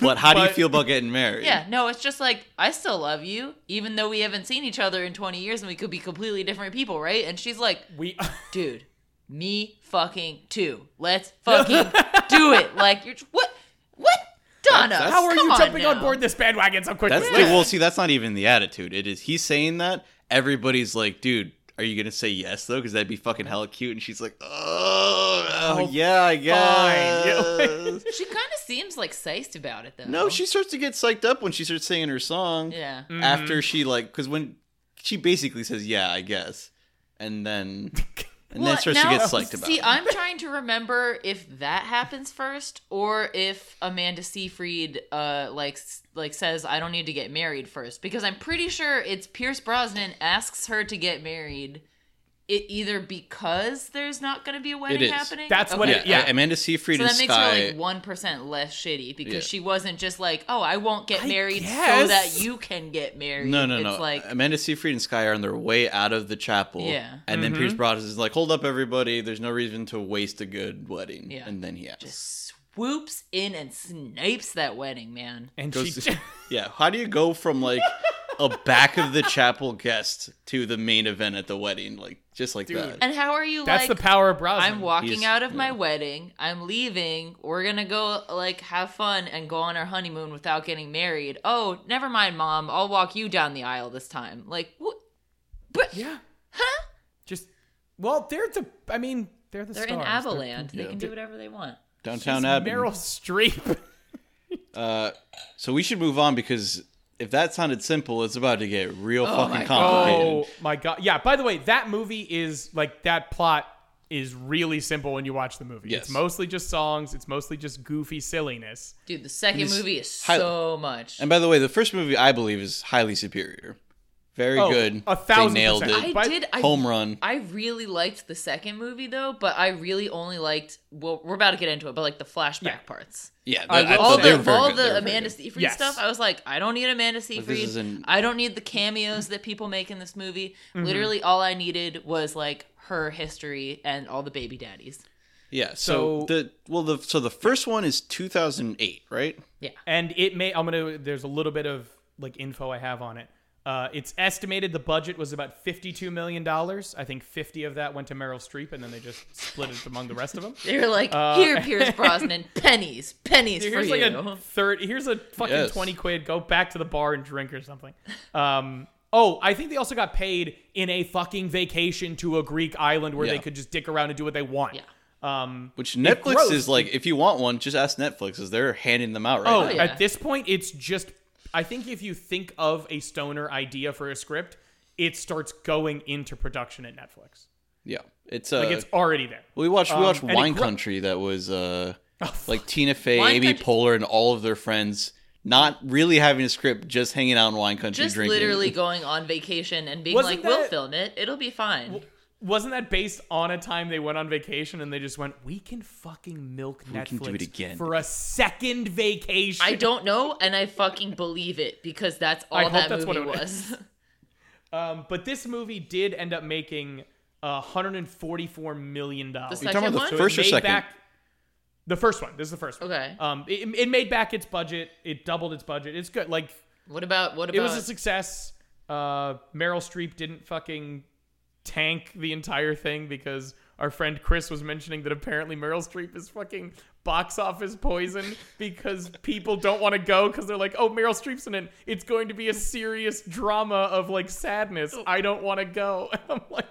E: But how do you
C: But-
E: feel about getting married?
D: yeah. No, it's just like I still love you, even though we haven't seen each other in 20 years and we could be completely different people, right? And she's like,
C: We.
D: dude, me fucking too. Let's fucking do it. Like, you're what? What? Donna,
E: That's-
C: How are
D: come
C: you jumping on,
D: now.
C: board this bandwagon so quickly?
E: That's like, well, see, that's not even the attitude. It is he's saying that everybody's like, dude, are you gonna say yes though? Because that'd be fucking hella cute. And she's like, oh, oh, yeah, I guess.
D: She kind of seems like psyched about it though.
E: no, she starts to get psyched up when she starts singing her song.
D: Yeah.
E: After she like, because when she basically says, yeah, I guess, and then and then starts to get psyched about.
D: See, uh,
E: it.
D: I'm trying to remember if that happens first or if Amanda Seyfried uh like s- like says I don't need to get married first because I'm pretty sure it's Pierce Brosnan asks her to get married it either because there's not going to be a wedding
E: is.
D: happening.
C: That's what it- yeah.
E: A- Amanda Seyfried
D: So
E: and
D: that makes
E: Sky.
D: her like one percent less shitty because
E: Yeah.
D: she wasn't just like, "Oh, I won't get married so
C: guess.
D: that you can get married."
E: no, no,
D: it's
E: no.
D: Like,
E: Amanda Seyfried and Sky are on their way out of the chapel.
D: Yeah.
E: And then
C: Mm-hmm.
E: Pierce Broadus is like, "Hold up, everybody! There's no reason to waste a good wedding."
D: Yeah.
E: And then he asks,
D: swoops in and snipes that wedding, man.
C: And
E: goes
C: she,
E: to- "Yeah, how do you go from like a back of the chapel guest to the main event at the wedding, like just like that?"
D: And how are you?
C: that's
D: like,
C: the power of Brosnan.
D: I'm walking
E: He's-
D: out of my wedding. I'm leaving. We're gonna go like have fun and go on our honeymoon without getting married. Oh, never mind, mom. I'll walk you down the aisle this time. Like, what? But
C: Yeah. Huh? Just well, they're the. I mean, they're the
D: they're
C: stars.
D: in Avaland. They
E: yeah.
D: can do whatever they want.
E: Downtown
C: They're-
E: Abbey.
C: Meryl Streep.
E: Uh, so we should move on because if that sounded simple, it's about to get real
D: my
E: fucking complicated.
C: Oh my god. Yeah. By the way, that movie is like that plot is really simple when you watch the movie.
E: Yes.
C: It's mostly just songs. It's mostly just goofy silliness.
D: Dude, the second
E: this-
D: movie is
E: Hi-
D: so much.
E: And by the way, the first movie I believe is highly superior. Very
C: Oh,
E: good.
C: a thousand
E: They nailed
C: percent.
E: it.
D: I
C: But-
D: did. I,
E: Home run.
D: I really liked the second movie though, but I really only liked. Well, we're about to get into it, but like the flashback
C: Yeah.
D: parts.
E: Yeah,
C: I
E: that- I
C: will
E: thought
D: All
C: say-
E: they were
D: the
E: very
D: all
E: good. They were
D: the
E: very good.
D: Amanda Seyfried
C: Yes.
D: stuff. I was like, I don't need Amanda Seyfried.
E: isn't-
D: I don't need the cameos that people make in this movie.
C: Mm-hmm.
D: Literally, all I needed was like her history and all the baby daddies.
E: Yeah. So,
C: So-
E: the well the so the first one is 2008, right?
D: Yeah,
C: And it may. I'm gonna. There's a little bit of like info I have on it. Uh, it's estimated the budget was about fifty-two million dollars. I think fifty of that went to Meryl Streep, and then they just split it among the rest of them.
D: they were like, here, Pierce Brosnan, pennies, pennies for
C: Uh, here's like
D: you.
C: a third here's a fucking
E: Yes.
C: 20 quid go back to the bar and drink or something um oh i think they also got paid in a fucking vacation to a greek island where they
E: Yeah.
C: could just dick around and do what they want
D: Yeah.
C: um
E: Which Netflix
C: grossed-
E: is like if you want one, just ask Netflix as they're handing them out right
C: oh
E: now.
D: yeah.
C: at this point it's just i think if you think of a stoner idea for a script it starts going into production at netflix
E: Yeah. It's uh
C: like it's already there
E: we watched
D: um,
E: we watched
C: and it
E: Wine
C: gro-
E: Country that was uh like Tina Fey,
D: Oh, Wine
E: Amy
D: Country-
E: Poehler and all of their friends not really having a script, just hanging out in Wine Country
D: Just
E: drinking.
D: literally going on vacation and being
C: Wasn't
D: like, we'll
C: that-
D: film it. It'll be fine.
C: wasn't that based on a time they went on vacation and they just went, we can fucking milk Netflix
E: can do it again."
C: for a second vacation?
D: I don't know, and I fucking believe it because that's all
C: I hope
D: that
C: that's what
D: movie
C: it
D: was.
C: Um, but this movie did end up making uh, 144 million dollars.
D: second
E: You're talking
D: one?
E: about
D: So
E: the
D: it
E: first or
C: made
E: second?
C: Back, the first one. This is the first one.
D: Okay.
C: Um, it, it made back its budget. It doubled its budget. It's good. Like
D: what about what about?
C: it was a success. Uh, Meryl Streep didn't fucking tank the entire thing because our friend Chris was mentioning that apparently Meryl Streep is fucking box office poison because people don't want to go because they're like, oh, Meryl Streep's in it. It's going to be a serious drama of like sadness. I don't want to go. And I'm like,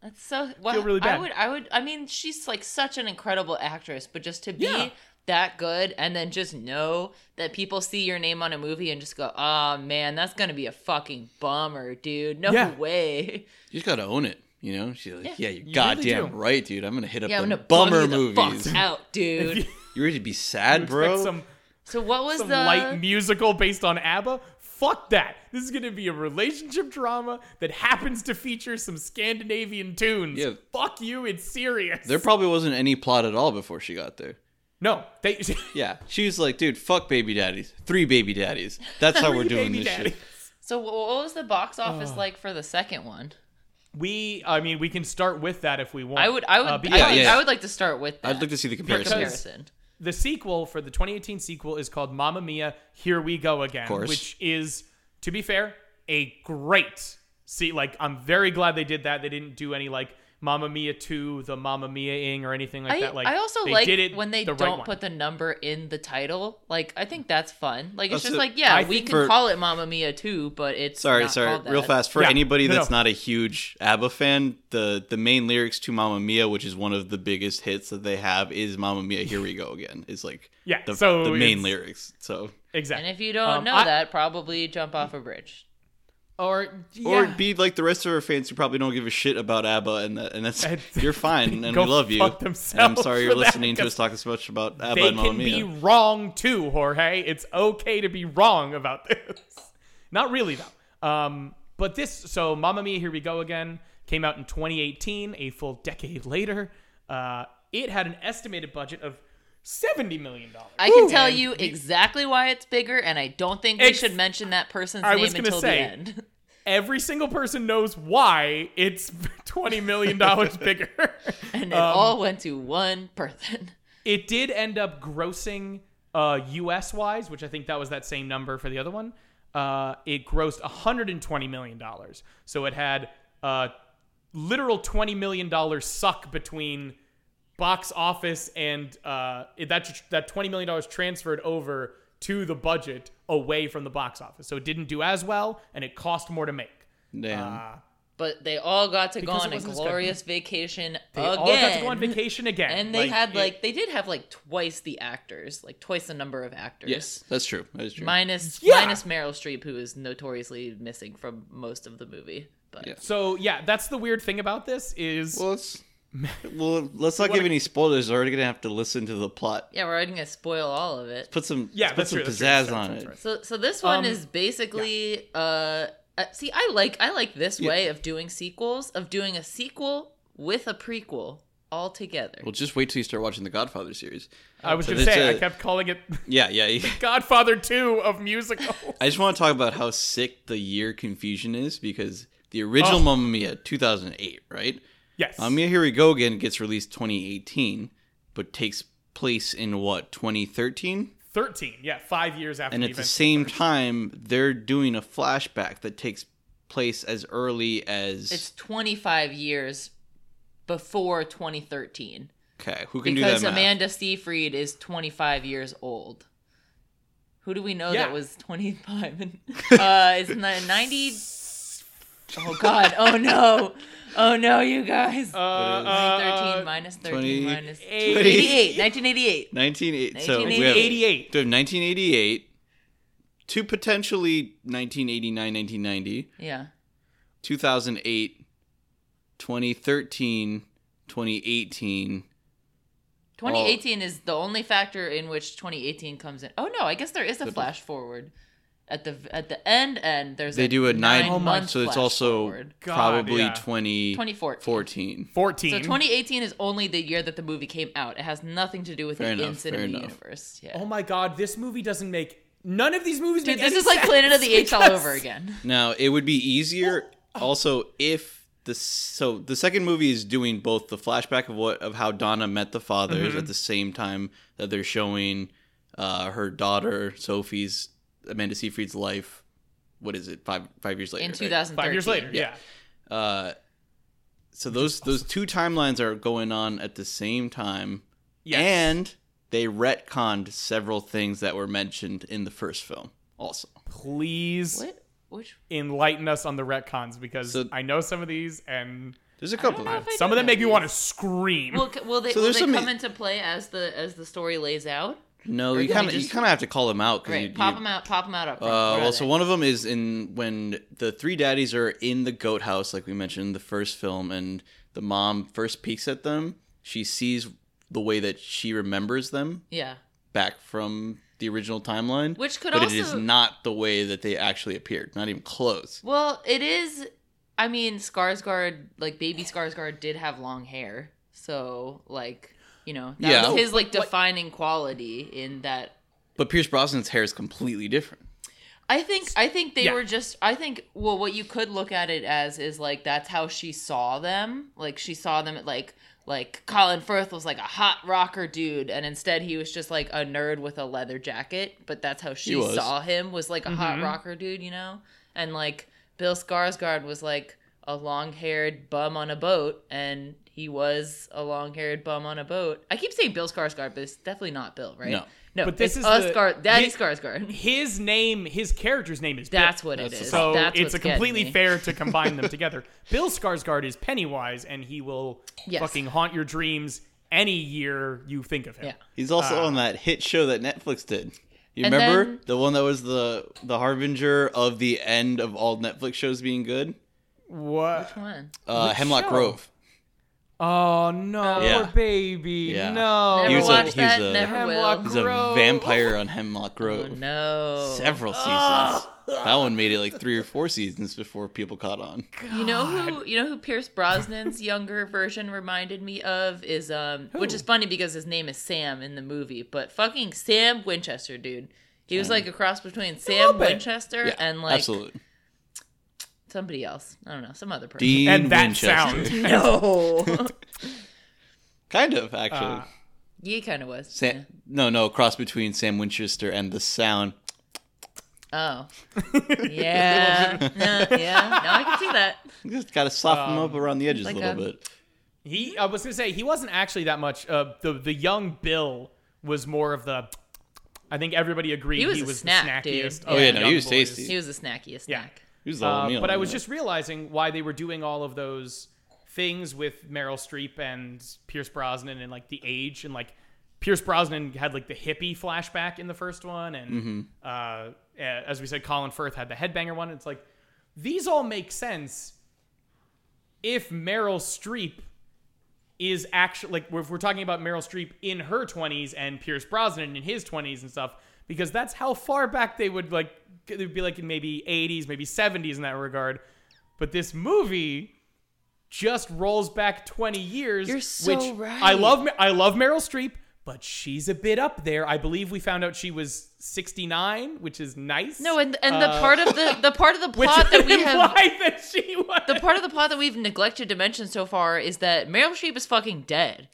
D: That's so. Well,
C: feel really bad.
D: I would. I would. I mean, she's like such an incredible actress, but just to be
C: Yeah.
D: that good and then just know that people see your name on a movie and just go, "Oh man, that's gonna be a fucking bummer, dude. No
C: Yeah.
D: way."
E: You just gotta own it. You know, she's like, yeah, you're
C: You
E: goddamn
C: really do.
E: right, dude. I'm gonna hit up
D: Yeah, I'm
E: them
D: gonna
E: bummer
D: bum you the fuck
E: movies.
D: out, dude.
E: You ready to be sad, bro?
C: expect some,
D: so what was
C: some
D: the?
C: light musical based on ABBA? Fuck that. This is going to be a relationship drama that happens to feature some Scandinavian tunes.
E: Yeah.
C: Fuck you. It's serious.
E: There probably wasn't any plot at all before she got there.
C: No, they.
E: Yeah, she was like, dude, fuck baby daddies, three baby daddies. That's how we're doing
C: baby
E: this
C: daddy.
E: shit.
D: so wh- what was the
C: Uh.
D: box office like for the second one?
C: We, I mean, we can start with that if we want.
D: I would. I would.
C: Uh,
D: I,
C: because
D: would
E: yeah.
D: I would like to start with. That
E: I'd like to see the
D: for
E: comparison.
D: comparison.
C: the sequel for the 2018 sequel is called Mamma Mia, Here We Go Again,
E: course.
C: which is, to be fair, a great. See, like, I'm very glad they did that. They didn't do any like Mamma Mia 2, the Mamma Mia ing, or anything like
D: I,
C: that. Like,
D: I also
C: they
D: like
C: did it
D: when they
C: the
D: don't
C: right
D: put
C: one.
D: the number in the title. Like I think that's fun. Like it's
E: That's
D: just
E: a-
D: like yeah,
C: I
D: we
C: think
D: can
E: for-
D: call it Mamma Mia too, but it's
E: Sorry,
D: not
E: sorry,
D: called
E: real
D: that.
E: fast. For
C: Yeah,
E: anybody
C: no,
E: that's
C: no.
E: not a huge ABBA fan, the the main lyrics to Mamma Mia, which is one of the biggest hits that they have, is Mamma Mia, here we go again. Is like
C: Yeah,
E: the,
C: so
E: the main
C: it's-
E: lyrics. So
C: Exactly.
D: And if you don't
C: Um,
D: know
C: I-
D: that, probably jump off a bridge.
C: or, yeah.
E: Or be like the rest of our fans who probably don't give a shit about ABBA, and that, and that's
C: And-
E: you're fine, and
C: go
E: we love you.
C: fuck
E: And I'm
C: themselves
E: sorry
C: for
E: you're
C: that,
E: listening to us
C: 'cause
E: talk as much about ABBA
C: they
E: and Mamma
C: can
E: Mia.
C: be wrong too, Jorge. It's okay to be wrong about this. Not really though. Um, But this, so Mamma Mia, Here We Go Again came out in 2018, a full decade later. Uh, it had an estimated budget of $70 million.
D: I can
C: Ooh.
D: tell
C: And
D: you
C: the-
D: exactly why it's bigger, and I don't think we
C: Ex-
D: should mention that person's
C: I
D: name
C: was gonna
D: until
C: say,
D: the end.
C: every single person knows why it's $20 million bigger.
D: And it
C: um,
D: all went to one person.
C: It did end up grossing uh, US wise, which I think that was that same number for the other one. Uh, it grossed $120 million. So it had uh, literal $20 million suck between box office and uh, it- that, that $20 million transferred over to the budget away from the box office. So it didn't do as well and it cost more to make.
E: Damn.
D: But they all got to
C: Because it
D: go on
C: wasn't
D: a
C: as good.
D: glorious vacation
C: They
D: again.
C: all got to go on vacation again.
D: And they
E: Like,
D: had
E: it-
D: like they did have like twice the actors, like twice the number of actors.
E: yes, that's true. That is true.
D: Minus
C: Yeah.
D: minus Meryl Streep, who is notoriously missing from most of the movie. But
E: Yeah.
C: so yeah, that's the weird thing about this is
E: well, let's well let's not give any spoilers. We're already gonna have to listen to the plot.
D: yeah, we're already gonna spoil all of it.
E: Put some
C: Yeah,
E: yeah, put
C: that's
E: some
C: true, that's true,
E: pizzazz
C: that's
E: on
C: true,
E: it.
C: that's right.
D: So so this one
C: Um,
D: is basically uh uh see I like I like this way of doing sequels, of doing a sequel with a prequel all together.
E: Well, just wait till you start watching the Godfather series.
C: I was
E: So
C: gonna
E: that's
C: say I
E: a-
C: kept calling it
E: Yeah, yeah.
C: Godfather 2 of musicals.
E: I just want to talk about how sick the year confusion is because the original
C: Oh.
E: Mamma Mia, 2008, right?
C: yes.
E: Mamma Mia, Here We Go Again gets released 2018, but takes place in what 2013,
C: 13. Yeah, 5 years after
E: and
C: the
E: at the
C: event.
E: same time they're doing a flashback that takes place as early as
D: It's 25 years before 2013
E: okay. Who can
D: because
E: do that? math?
D: Amanda Seyfried is 25 years old. Who do we know
C: Yeah.
D: that was 25? And, uh, isn't that 90? Oh God! Oh no! Oh no, you guys!
C: uh, uh,
D: 2013 minus 13
E: 20
D: minus
C: 88.
D: 88. 1988.
E: 1988. So we have,
D: 1988.
C: 88.
E: we have 1988 to potentially 1989, 1990,
D: Yeah.
E: 2008, 2013, 2018.
D: 2018 is the only factor in which 2018 comes in. Oh no, I guess there is a
E: The-
D: flash forward. At the at the end end there's
E: They
D: a
E: do a nine,
D: nine month
E: so it's
D: flash
E: also
D: forward.
C: God,
E: probably
C: yeah.
E: 20,
D: 2014.
E: 14.
C: 14.
D: So 2018 is only the year that the movie came out. It has nothing to do with
E: Fair
D: the
E: enough, fair
D: in-cinema
E: enough.
D: universe. Yeah.
C: Oh my god, this movie doesn't make None of these movies
D: Dude,
C: make
D: this
C: any
D: is like
C: sense
D: Planet of the Apes all
C: because-
D: over again.
E: Now it would be easier
D: Oh,
E: also if the so the second movie is doing both the flashback of what of how Donna met the fathers
D: Mm-hmm.
E: at the same time that they're showing uh, her daughter Sophie's Amanda Seyfried's life. What is it? Five five years later.
D: In
E: right?
D: 2013.
C: 5 years later. Yeah.
E: Uh, so those those two timelines are going on at the same time,
C: Yes.
E: and they retconned several things that were mentioned in the first film. Also,
C: please
D: What? Which
C: enlighten us on the retcons because
E: So-
C: I know some of these and
E: there's a couple.
D: know
E: of
D: if I
C: some
D: do
C: of them
D: know
C: make me
D: these.
C: want to scream.
D: Will, c- will they,
E: So
D: will
E: there's
D: they
E: some-
D: come into play as the as the story lays out?
E: No,
D: Or
E: you
D: do we
E: kind of you
D: just-
E: kind of have to call them out. 'cause
D: Right.
E: you-
D: pop
E: you-
D: them out. Pop them out up. front.
E: Uh,
D: What
E: well,
D: are
E: so
D: they?
E: one of them is in when the three daddies are in the goat house, like we mentioned in the first film, and the mom first peeks at them. She sees the way that she remembers them
D: Yeah.
E: back from the original timeline,
D: Which could
E: but it is
D: also-
E: not the way that they actually appeared. Not even close.
D: Well, it is. I mean, Skarsgård, like baby Skarsgård, did have long hair, so like you know, that
E: Yeah.
D: was his like defining quality in that.
E: But Pierce Brosnan's hair is completely different.
D: I think I think they
C: Yeah.
D: were just. I think well, what you could look at it as is like that's how she saw them. Like she saw them at like like Colin Firth was like a hot rocker dude, and instead he was just like a nerd with a leather jacket. But that's how she
E: He was.
D: saw him was like a
C: Mm-hmm.
D: hot rocker dude, you know. And like Bill Skarsgård was like a long-haired bum on a boat, and he was a long-haired bum on a boat. I keep saying Bill Skarsgård, but it's definitely not Bill, right?
E: No.
D: no.
C: But this
D: it's
C: is
D: a
C: the-
D: Skar-
C: Hi-
D: Daddy Skarsgård.
C: his name, his character's name is Bill.
D: That's what it
E: That's the
D: is.
C: So
D: That's
C: it's
D: what's
C: a
D: getting
C: completely
D: me.
C: fair to combine them together. Bill Skarsgård is Pennywise, and he will
D: Yes.
C: fucking haunt your dreams any year you think of him.
D: Yeah.
E: He's also on that hit show that Netflix did. You
D: And
E: remember
D: then-
E: the one that was the the harbinger of the end of all Netflix shows being good?
C: What?
D: One.
E: Uh, Hemlock
C: show?
E: Grove.
C: Oh no,
E: Yeah.
C: poor baby.
E: Yeah.
C: No.
D: Never
E: He was a-
D: watched
E: he was
D: that.
E: a-
D: never will.
C: Hemlock
E: He's a
C: Grove.
E: vampire on Hemlock
D: Oh,
E: Grove.
D: no.
E: Several seasons. That one made it like three or four seasons before people caught on.
D: You know who you know who Pierce Brosnan's younger version reminded me of is um which is funny because his name is Sam in the movie, but fucking Sam Winchester, dude. He was like a cross between Sam
C: bit.
D: Winchester
E: Yeah,
D: and like
E: absolutely.
D: somebody else. I don't know, some other person.
E: Dean
C: and that
E: Winchester.
C: sound.
D: no.
E: Kind of actually.
C: Uh,
D: he kind of was.
E: Sam, no, no, cross between Sam Winchester and the sound.
D: yeah. Oh. Yeah. Nah, yeah. No, I can see that.
E: You just gotta soften
C: Um,
E: them up around the edges
D: like
E: a little
D: a-
E: bit.
C: He, I was gonna say he wasn't actually that much. Uh, the the young Bill was more of the. I think everybody agreed
D: He was a snack,
C: the
D: dude.
C: snackiest.
D: Oh,
C: of
D: yeah,
C: the
E: no, he
C: young
E: was
C: boys.
E: tasty.
D: He was the snackiest
C: Yeah.
D: snack.
E: He was the whole
C: Uh,
E: meal,
C: but I was
E: yeah.
C: just realizing why they were doing all of those things with Meryl Streep and Pierce Brosnan and like the age and like Pierce Brosnan had like the hippie flashback in the first one and
E: Mm-hmm.
C: uh, a- as we said, Colin Firth had the headbanger one. It's like these all make sense if Meryl Streep is actually like if we're talking about Meryl Streep in her 20s and Pierce Brosnan in his 20s and stuff because that's how far back they would like it would be like in maybe 80s maybe 70s in that regard but this movie just rolls back 20 years
D: You're so
C: which
D: right.
C: I love Ma- I love Meryl Streep but she's a bit up there I believe we found out she was 69 which is nice
D: No, and and
C: Uh,
D: the part of the the part of the plot that we have
C: implied that she was
D: the part of the plot that we've neglected to mention so far is that Meryl Streep is fucking dead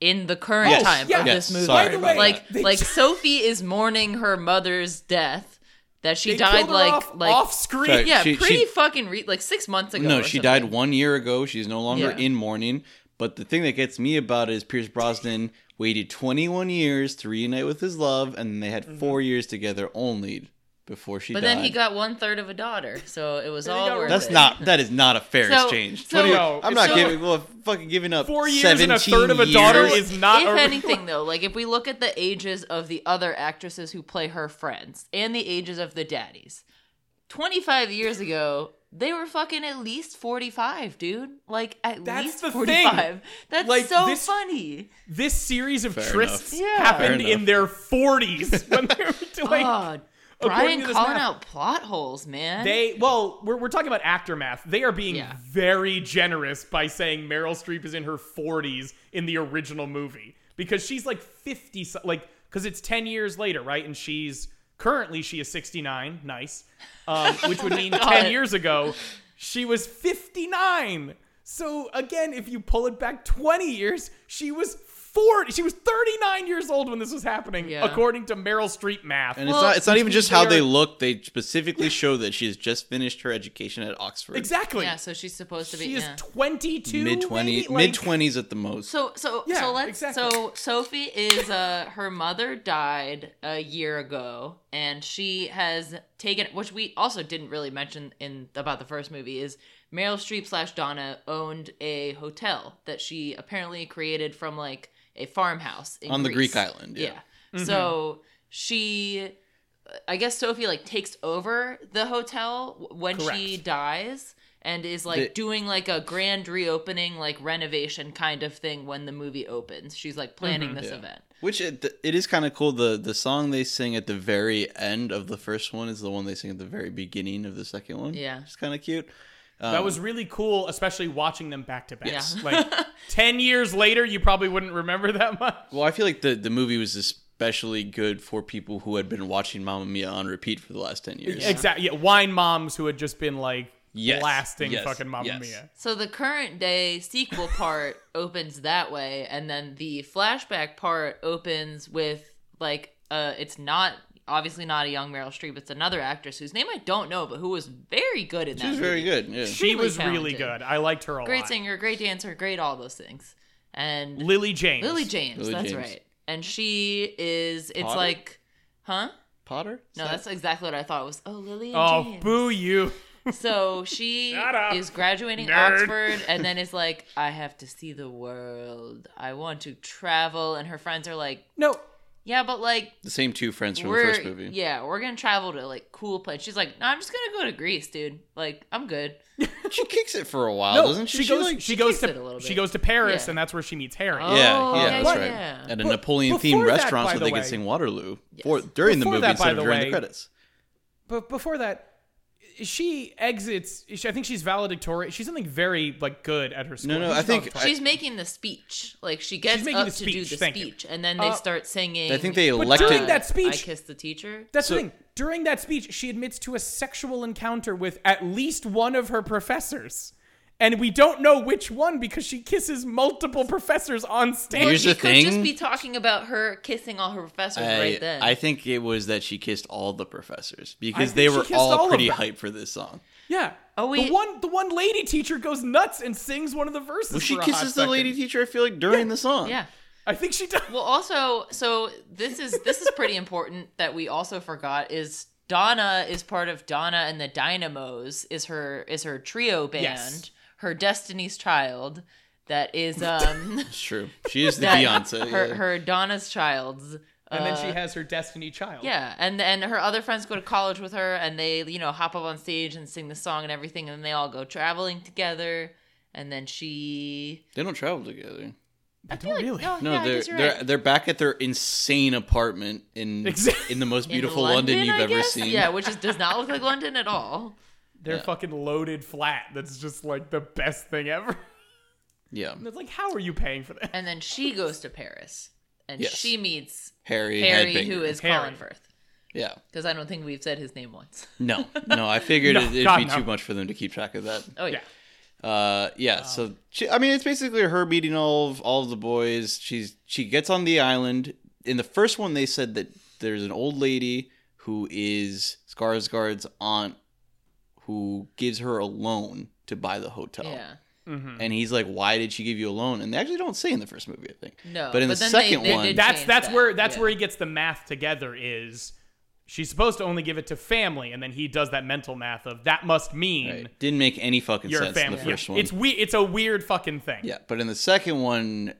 D: in the current
E: Yes,
D: time
C: yes.
D: of
E: Yes,
D: this movie.
E: sorry
C: By the
E: about
C: way,
E: that.
D: Like
C: They
D: like
C: just-
D: Sophie is mourning her mother's death that she
C: They
D: died
C: killed her
D: like
C: off,
D: like
C: off screen
E: Sorry.
D: yeah
E: She- she-
D: pretty fucking re- like oh, six months ago.
E: No,
D: or
E: she
D: something.
E: died one year ago. She's no longer
D: Yeah.
E: in mourning. But the thing that gets me about it is Pierce Brosnan waited 21 years to reunite with his love, and they had four years together only before she
D: Mm-hmm. But
E: died.
D: then he got one third of a daughter, so it was all
C: got
D: worth
E: That's
D: it.
E: not. That is not a fair
D: So-
E: exchange.
D: so-
E: 20
C: No,
E: I'm not
D: so-
E: giving. Well, fucking giving up.
C: Four years and a third of a
E: 17
C: daughter
E: years.
C: is not
D: if
C: a-
D: anything though like if we look at the ages of the other actresses who play her friends and the ages of the daddies 25 years ago they were fucking at least 45 dude like at
C: That's
D: least
C: the thing.
D: 45 that's
C: Like,
D: so
C: this-
D: funny
C: this series of
E: Fair
C: trysts
E: enough.
D: Yeah.
C: happened
E: Fair enough.
C: in their 40s when they were like
D: oh
C: according
D: brian
C: to this
D: calling
C: map-
D: out plot holes man
C: they well we're, we're talking about actor math they are being
D: Yeah.
C: very generous by saying meryl streep is in her 40s in the original movie because she's like 50 so- like because it's 10 years later right and she's currently she is 69 nice um, which would mean 10 years ago she was 59 so again if you pull it back 20 years she was 40 she was 39 years old when this was happening
D: Yeah.
C: according to meryl streep math
E: And
D: Well,
E: it's not. It's not even just how
C: they
E: they
C: are-
E: look. They specifically show that she has just finished her education at Oxford.
C: exactly
D: yeah so she's supposed to be
C: She is
D: yeah.
C: 22,
E: Mid twenties.
C: maybe? Like,
E: Mid twenties at the most.
D: So so
C: Yeah,
D: so let's
C: exactly.
D: so Sophie is uh her mother died a year ago and she has taken which we also didn't really mention in about the first movie is Meryl Streep slash Donna owned a hotel that she apparently created from like a farmhouse in
E: On the
D: Greece.
E: Greek island, yeah. Mm-hmm.
D: So she I guess Sophie like takes over the hotel w- when she
C: Correct.
D: dies and is like
E: The-
D: doing like a grand reopening like renovation kind of thing when the movie opens. She's like planning this
E: Mm-hmm. Yeah.
D: event.
E: Which it, it is kind of cool. The the song they sing at the very end of the first one is the one they sing at the very beginning of the second one.
D: Yeah.
E: it's kind of cute.
C: that
E: Um,
C: was really cool, especially watching them back to back.
D: Yes.
C: Like 10 years later, you probably wouldn't remember that much.
E: Well, I feel like the the movie was especially good for people who had been watching Mamma Mia on repeat for the last ten years.
C: Exactly. Yeah, wine moms who had just been like
E: Yes,
C: blasting
E: yes,
C: fucking Mamma
E: yes.
C: Mia.
D: So the current day sequel part opens that way and then the flashback part opens with like uh it's not obviously not a young Meryl Streep, it's another actress whose name I don't know but who was very good in that.
E: She was
D: movie.
E: very good. Yeah.
C: She
D: Really
C: was really
D: talented.
C: good. I liked her a
D: Great
C: lot.
D: singer, great dancer, great all those things. And
C: Lily James.
D: Lily James,
E: Lily
D: that's
E: James.
D: right. And she is it's
E: Potter?
D: like huh?
E: Potter? Is
D: No,
E: that-
D: that's exactly what I thought was. Oh, Lily and
C: Oh,
D: James.
C: boo you.
D: So she
C: Shut up,
D: is graduating
C: nerd.
D: Oxford and then is like, I have to see the world. I want to travel. And her friends are like,
C: No.
D: Yeah, but like,
E: the same two friends from the
D: we're,
E: first movie.
D: yeah, we're going to travel to like cool place. She's like, No, I'm just going to go to Greece, dude. Like, I'm good.
E: She kicks it for a while,
C: No,
E: Oh, doesn't she?
C: she, goes.
E: like-
C: she goes
D: kicks it a little
C: to. She
D: bit.
C: goes to Paris,
D: Yeah.
C: and that's where she meets Harry.
D: Oh.
E: yeah,
D: yeah,
E: yeah, that's
C: but-
E: right.
D: yeah.
E: At a
C: But
E: Napoleon
C: before
E: themed
C: that,
E: restaurant
C: by
E: so
C: the
E: they
C: way-
E: could sing Waterloo for during the
C: Before
E: movie
C: that, by
E: instead of
C: the
E: during
C: way-
E: the credits.
C: But before that, she exits. She, I think she's valedictorian. She's something very like good at her school.
E: no,
C: she's
E: I think-
C: valedictorian.
D: She's making the speech. Like she gets
C: making
D: up
C: the
D: to do
C: speech,
D: the
C: thank you.
D: speech, and then they
C: Uh,
D: start singing.
E: I think they
C: But
E: elected.
C: during that
D: I
C: speech,
D: kissed the teacher.
C: that's the
E: so-
C: thing. During that speech, she admits to a sexual encounter with at least one of her professors, and we don't know which one because she kisses multiple professors on
D: Or
C: stage.
E: Here's
D: she
E: the
D: could just
E: thing.
D: be talking about her kissing all her professors
E: I,
D: right then.
E: I think it was that she kissed all the professors because
C: think
E: they
C: she
E: were
C: kissed all
E: all
C: of
E: pretty
C: them.
E: hyped for this song.
C: Yeah.
D: Oh, wait.
C: The one, the one lady teacher goes nuts and sings one of the verses.
E: Well, she
C: for a hot
E: kisses the lady
C: second.
E: teacher. I feel like during the song.
D: yeah.
C: I think she does.
D: Well, also, so this is this is pretty important that we also forgot is Donna is part of Donna and the Dynamos is her is her trio band,
C: Yes.
D: her Destiny's Child, that is um
E: it's true. She is the
D: that-
E: Beyonce.
D: her
E: yeah.
D: her Donna's Child's.
C: And then
D: uh,
C: she has her destiny child.
D: Yeah, and and her other friends go to college with her, and they you know hop up on stage and sing the song and everything, and then they all go traveling together, and then she.
E: They don't travel together.
C: I don't really.
D: Oh,
E: No,
D: yeah, I
E: they're
D: guess you're
E: they're
D: right.
E: they're back at their insane apartment in
C: Exact-
E: in the most
D: In
E: beautiful London, you've
D: I
E: ever
D: guess?
E: seen.
D: Yeah, which is, does not look like London at all.
C: They're
E: Yeah.
C: fucking loaded flat. That's just like the best thing ever.
E: yeah.
C: And it's like, how are you paying for that?
D: And then she goes to Paris, and
E: Yes.
D: she meets
E: Harry,
D: Harry,
E: Headbanger.
D: who is
C: Harry.
D: Colin Firth,
E: yeah.
D: because I don't think we've said his name once.
E: No, no. I figured
C: No,
E: it, it'd
C: God,
E: be
C: no.
E: too much for them to keep track of that.
D: Oh yeah,
C: Yeah.
E: Uh, yeah. So she, I mean, it's basically her meeting all of all of the boys. She's she gets on the island. In the first one, they said that there's an old lady who is Skarsgård's aunt, who gives her a loan to buy the hotel.
D: yeah.
C: Hmm.
E: And he's like, "Why did she give you a loan?" And they actually don't say in the first movie, I think.
D: No,
E: but in
D: but
E: the
D: then they-
E: second
D: they
E: one,
D: did-
C: That's
D: Change
C: that's
D: that,
C: where that's
D: yeah.
C: where he gets the math together is she's supposed to only give it to family, and then he does that mental math of that must mean
E: right, didn't make any fucking
C: your
E: sense
C: family.
E: in the first
C: Yeah.
E: one.
C: It's we it's a weird fucking thing.
E: Yeah, but in the second one,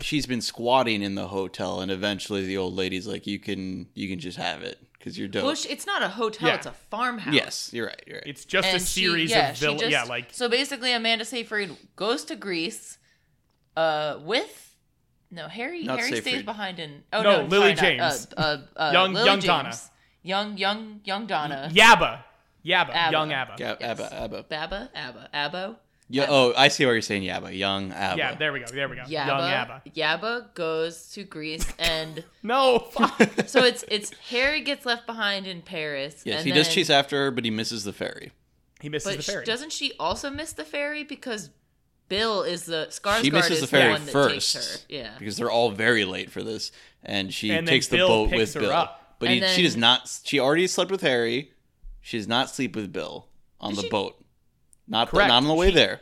E: she's been squatting in the hotel, and eventually the old lady's like, "You can, you can just have it because you're dope."
D: Well, sh- it's not a hotel;
C: Yeah.
D: it's a farmhouse.
E: yes, you're right. You're right.
C: It's just a
D: And she-
C: series
D: yeah,
C: of
D: she
C: villains.
D: just-
C: Yeah, like
D: so basically Amanda Seyfried goes to Greece uh with no Harry
E: Not
D: Harry stays
E: Seyfried.
D: behind in oh
C: No,
D: no,
C: Lily
D: sorry, not-
C: James.
D: uh, uh, uh,
C: Young-
D: Lily
C: young
D: James.
C: Donna.
D: young young young Donna
C: Yabba. Yabba.
D: uh, Abba.
C: Young Abba.
E: Yeah, Abba, Abba.
D: Baba Abba Abbo
E: Yeah, oh, I see why you're saying Yabba. Young Abba.
C: Yeah, there we go. There we go.
D: Yabba
C: Young Abba.
D: Yabba goes to Greece and
C: No, fuck.
D: so it's it's Harry gets left behind in Paris
E: yes,
D: and
E: he does
D: then-
E: chase after her, but he misses the ferry.
C: he misses
D: but
C: the
D: sh-
C: ferry.
D: doesn't she also miss the ferry because Bill is the Skarsgård
E: She misses
D: is
E: the ferry
D: one that
E: first,
D: takes her yeah
E: because they're all very late for this, and she
C: And then
E: takes the
C: Bill
E: boat
C: picks
E: with
C: her
E: Bill.
C: up.
E: But
D: And
E: he, she does
D: then-
E: not. She already slept with Harry. She does not sleep with Bill on the
D: she?
E: boat. Not the,
C: Correct.
E: not on the way
C: She-
E: there.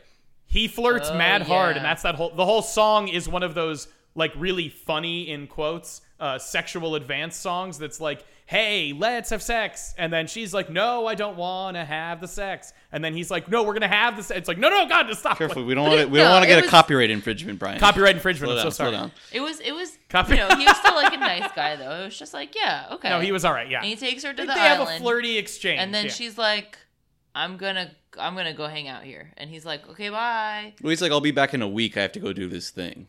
C: He flirts
D: Oh,
C: mad hard,
D: yeah.
C: and that's that whole. The whole song is one of those like really funny in quotes uh, sexual advance songs. That's like, "Hey, let's have sex," and then she's like, "No, I don't want to have the sex," and then he's like, "No, we're gonna have this." It's like, "No, no, God, just stop!"
E: Careful,
C: Like,
E: we don't want to. We don't
D: No,
E: want to
D: it
E: get a
D: was-
E: copyright infringement, Brian.
C: copyright infringement.
E: Slow
C: I'm
E: down,
C: so sorry.
E: slow down.
D: It was it was
C: Copy-
D: you know, he was still like a nice guy though. It was just like, yeah, okay.
C: No, he was all right. Yeah,
D: And he takes her to
C: they
D: the
C: they
D: island.
C: have a flirty exchange,
D: and then
C: yeah.
D: she's like, I'm gonna I'm gonna go hang out here. And he's like, Okay, bye.
E: Well, he's like, I'll be back in a week. I have to go do this thing.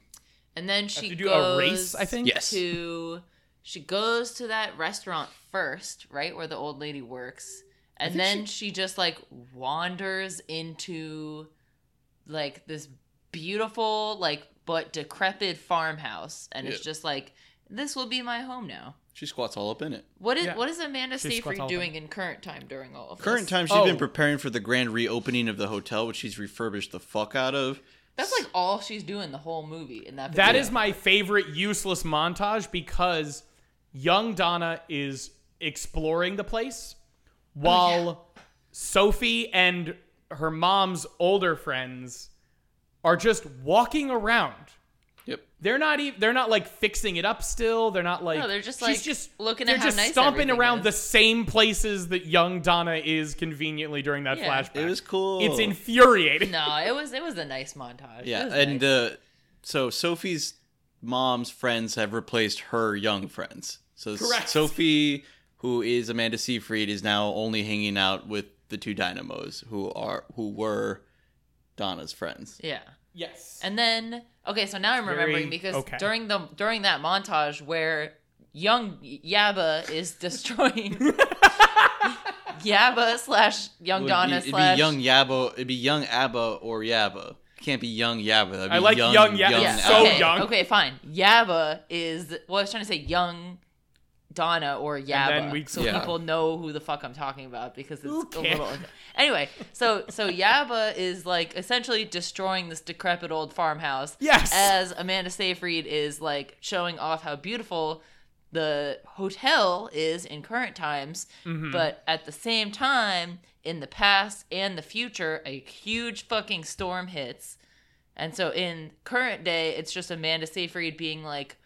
D: And then
C: Have
D: she
C: to do
D: goes
C: a race, I think.
E: Yes.
D: to she goes to that restaurant first, right, where the old lady works. And then she... just like wanders into like this beautiful, like but decrepit farmhouse. And it's
E: Yeah.
D: just like, This will be my home now.
E: She squats all up in it.
D: What is
C: Yeah.
D: what is Amanda
C: She's
D: Seyfried
C: squat all
D: doing in current time during all of
E: Current
D: this?
E: time, she's
C: Oh.
E: been preparing for the grand reopening of the hotel, which she's refurbished the fuck out of.
D: That's like all she's doing the whole movie in that.
C: That
D: video.
C: is my favorite useless montage because young Donna is exploring the place while
D: Oh,
C: Sophie and her mom's older friends are just walking around.
E: Yep.
C: They're not even they're not like fixing it up still. They're not like
D: No, they're just,
C: she's
D: like,
C: just
D: looking at
C: they're
D: how
C: just
D: nice
C: stomping
D: everything
C: around
D: is.
C: the same places that young Donna is conveniently during that
D: Yeah.
C: flashback.
E: It was cool.
C: It's infuriating.
D: no. It was it was a nice montage. It
E: Yeah,
D: was
E: and
D: nice.
E: uh, so Sophie's mom's friends have replaced her young friends. So S-
C: Correct.
E: Sophie, who is Amanda Seyfried, is now only hanging out with the two dynamos who are who were Donna's friends.
D: yeah.
C: Yes.
D: And then okay, so now I'm
C: very
D: remembering because
C: okay.
D: during the during that montage where young Yabba is destroying Yabba slash Young
E: Would
D: Donna
E: be, it'd
D: slash
E: be young Yabba. It'd be young Abba or Yabba. Can't be young Yabba. That'd be
C: I like
E: young,
C: young Yabba.
E: young
D: yeah.
C: It's so
E: Abba.
D: okay.
C: young.
D: Okay, fine. Yabba is well. I was trying to say young Donna or Yabba,
C: then we-
D: so
E: Yeah.
D: people know who the fuck I'm talking about because it's
C: Who
D: a
C: cares?
D: little. Anyway, so so Yabba is like essentially destroying this decrepit old farmhouse.
C: Yes.
D: As Amanda Seyfried is like showing off how beautiful the hotel is in current times, uh,
C: Mm-hmm.
E: Hmm.
D: but at the same time, in the past and the future, a huge fucking storm hits. And so in current day, it's just Amanda Seyfried being like,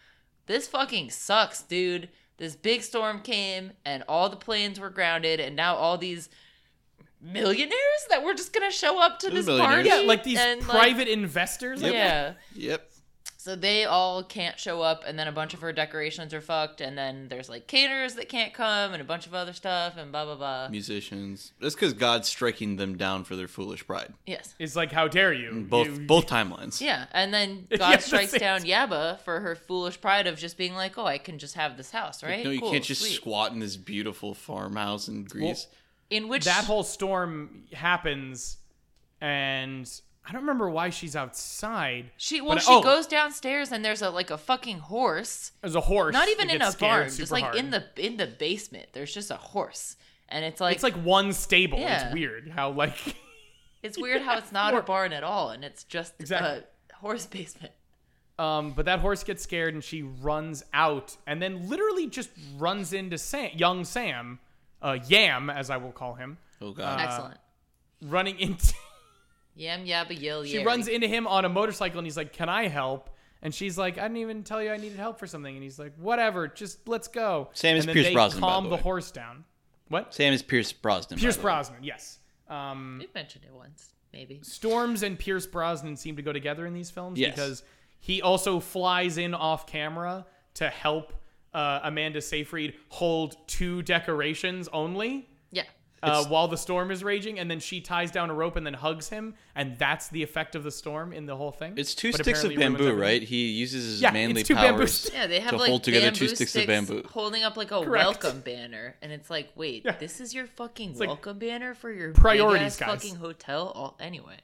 D: this fucking sucks, dude. This big storm came and all the planes were grounded, and now all these millionaires that were just gonna show up to this
E: Those millionaires.
D: party.
C: Yeah, like these
D: and, like-
C: private investors. Like,
D: Yeah.
E: Yep.
D: So they all can't show up, and then a bunch of her decorations are fucked, and then there's like caterers that can't come, and a bunch of other stuff, and blah blah blah.
E: Musicians. That's because God's striking them down for their foolish pride.
D: Yes.
C: Is like, how dare you?
E: Mm, Both
C: You-
E: both timelines.
D: Yeah, and then
C: Yeah,
D: God
C: that's
D: strikes
C: it.
D: down Yabba for her foolish pride of just being like, "Oh, I can just have this house, right?
E: No, you
D: Cool,
E: can't just
D: sweet."
E: squat in this beautiful farmhouse in Greece.
D: In which
C: that whole storm happens, and I don't remember why she's outside.
D: She well,
C: But-
D: she
C: oh.
D: goes downstairs and there's a like a fucking horse.
C: There's a horse.
D: Not
C: that
D: even in
C: gets
D: a
C: scared
D: barn,
C: super
D: just like
C: hard.
D: in the in the basement. There's just a horse, and it's like
C: It's like one stable. It's
D: Yeah.
C: weird how like
D: it's weird how it's not a
C: horse.
D: barn at all, and it's just
C: Exactly.
D: a horse basement.
C: Um, but that horse gets scared and she runs out and then literally just runs into Sam, young Sam, uh, Yam, as I will call him,
E: Oh God.
C: uh,
D: Excellent.
C: running into.
D: Yam yabba yill.
C: she
D: yeri.
C: runs into him on a motorcycle and he's like, "Can I help?" And she's like, "I didn't even tell you I needed help for something." And he's like, "Whatever, just let's go."
E: Sam is
C: and then
E: Pierce
C: they
E: Brosnan, by
C: Calm
E: the
C: the,
E: way.
C: horse down. What?
E: Sam is Pierce Brosnan. by
C: Pierce
E: the way.
C: Brosnan. Yes. Um,
D: We've mentioned it once, maybe.
C: Storms and Pierce Brosnan seem to go together in these films
E: Yes.
C: because he also flies in off camera to help uh, Amanda Seyfried hold two decorations only
D: Yeah.
C: uh, while the storm is raging, and then she ties down a rope and then hugs him, and that's the effect of the storm in the whole thing.
E: It's two
C: But
E: sticks of
C: apparently it ruins
E: bamboo,
C: everything.
E: right? He uses his
C: Yeah,
E: manly
C: it's two bamboo
E: powers
C: sticks.
D: Yeah, they have
E: to
D: like
E: hold together two
D: bamboo
E: sticks, of bamboo.
D: holding up like a
C: Correct.
D: welcome banner, and it's like, wait,
C: Yeah.
D: this is your fucking
C: like,
D: welcome banner for your
C: priorities,
D: priorities
C: guys.
D: fucking hotel. All anyway.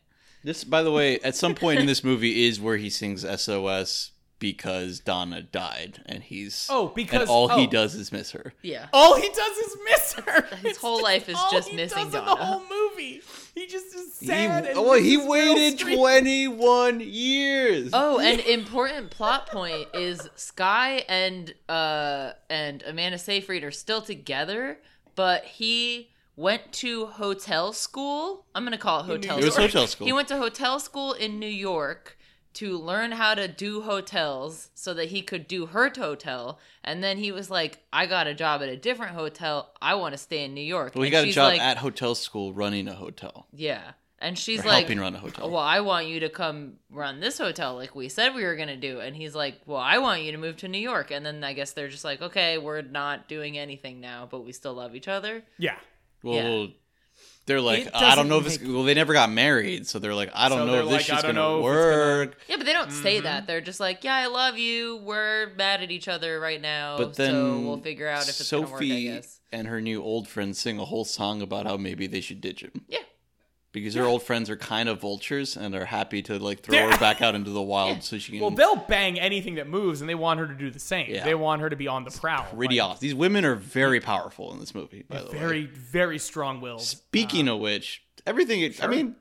E: This, by the way, at some point in this movie is where he sings SOS because Donna died, and he's
C: Oh, because-
E: and all
C: oh.
E: he does is miss her.
D: Yeah.
C: All he does is miss her.
D: His
C: It's
D: whole life is
C: all
D: just
C: he
D: missing
C: does in the
D: Donna.
C: whole movie. He just is
E: He,
C: sad. and
E: well, he
C: misses Meryl
E: waited
C: Streep.
E: twenty-one years.
D: Oh, an important plot point is Sky and uh and Amanda Seyfried are still together, but he went to hotel school. I'm gonna call it hotel.
E: It was
D: school.
E: hotel school.
D: He went to hotel school in New York to learn how to do hotels so that he could do her hotel. And then he was like, I got a job at a different hotel. I want to stay in New York.
E: well, he
D: And
E: got a
D: she's
E: job
D: like,
E: at hotel school running a hotel.
D: Yeah. And she's
E: Or
D: like
E: helping run a hotel.
D: Well, I want you to come run this hotel like we said we were gonna do. And he's like, Well, I want you to move to New York. And then I guess they're just like, Okay, we're not doing anything now, but we still love each other.
C: Yeah.
E: Well,
D: yeah.
E: well, they're like,
C: It
E: I don't know if
C: doesn't
E: this. Well, they never got married, so they're like, I don't
C: So
E: know
C: they're
E: if this
C: like, I
E: shit's
C: don't know
E: gonna
C: if it's gonna-
E: work.
D: Yeah, but they don't say
E: Mm-hmm.
D: that. They're just like, Yeah, I love you. We're mad at each other right now.
E: But then
D: Oh, so we'll figure out if it's gonna work, I
E: Sophie
D: guess.
E: and her new old friend sing a whole song about how maybe they should ditch him.
D: Yeah.
E: because her old friends are kind of vultures and are happy to like throw her back out into the wild so she can
C: Well, they'll bang anything that moves, and they want her to do the same.
E: Mm. Yeah.
C: They want her to be on the prowl.
E: pretty
C: like,
E: off. These women are very powerful in this movie, by the way.
C: Very, very strong-willed. Uh,
E: Speaking of which, everything. I mean,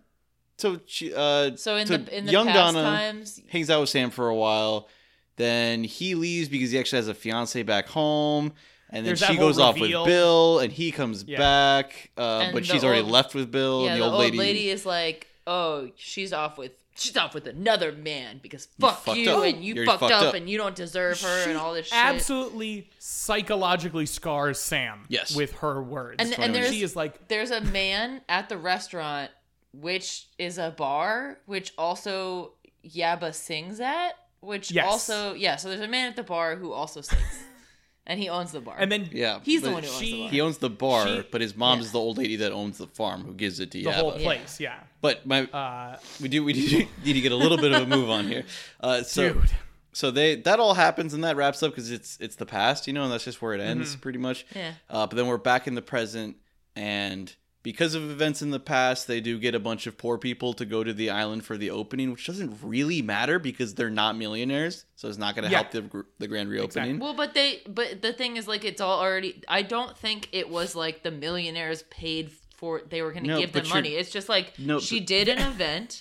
E: so she. Uh,
D: So in
E: so
D: the in the
E: young
D: past
E: Donna
D: times
E: hangs out with Sam for a while, then he leaves because he actually has a fiance back home. And then
C: There's that
E: she
C: whole
E: goes off with
C: reveal.
E: Bill, and he comes
C: Yeah.
E: back, uh,
D: And
E: but
D: the
E: she's already
D: old-
E: left with Bill.
D: Yeah,
E: and
D: the,
E: the old, lady,
D: is like, oh, she's off with she's off with another man because fuck
E: fucked
D: you,
E: up.
D: and you
E: You're
D: fucked,
E: fucked
D: up,
E: up.
D: and you don't deserve her
C: She
D: and all this shit.
C: absolutely psychologically scars Sam.
E: Yes.
C: with her words,
D: And- and
C: she
D: there's-
C: is like,
D: There's a man at the restaurant, which is a bar, which also Yabba sings at, which
C: Yes.
D: also yeah. So there's a man at the bar who also sings, and he owns the bar.
C: and then
E: yeah,
D: he's the
E: but
D: one who owns
C: she-
D: the bar.
E: He owns the bar,
C: She-
E: but his mom's
D: yeah.
E: the old lady that owns the farm who gives it to
C: the
E: Yabba.
C: whole place. Yeah,
E: But my,
C: Uh,
E: we do we do need to get a little bit of a move on here. Uh, so
C: dude,
E: so they that all happens and that wraps
C: Mm-hmm.
E: up because it's it's the past, you know, and that's just where it ends pretty much.
D: Yeah.
E: Uh, but then we're back in the present. and because of events in the past, they do get a bunch of poor people to go to the island for the opening, which doesn't really matter because they're not millionaires, so it's not going to
C: Yeah.
E: help the gr- the grand reopening.
D: Well, but they, but the thing is, like, it's all already. I don't think it was like the millionaires paid for. They were going to
E: No,
D: give them
E: but you're-
D: money. It's just like
E: No,
D: she
E: but-
D: did an event.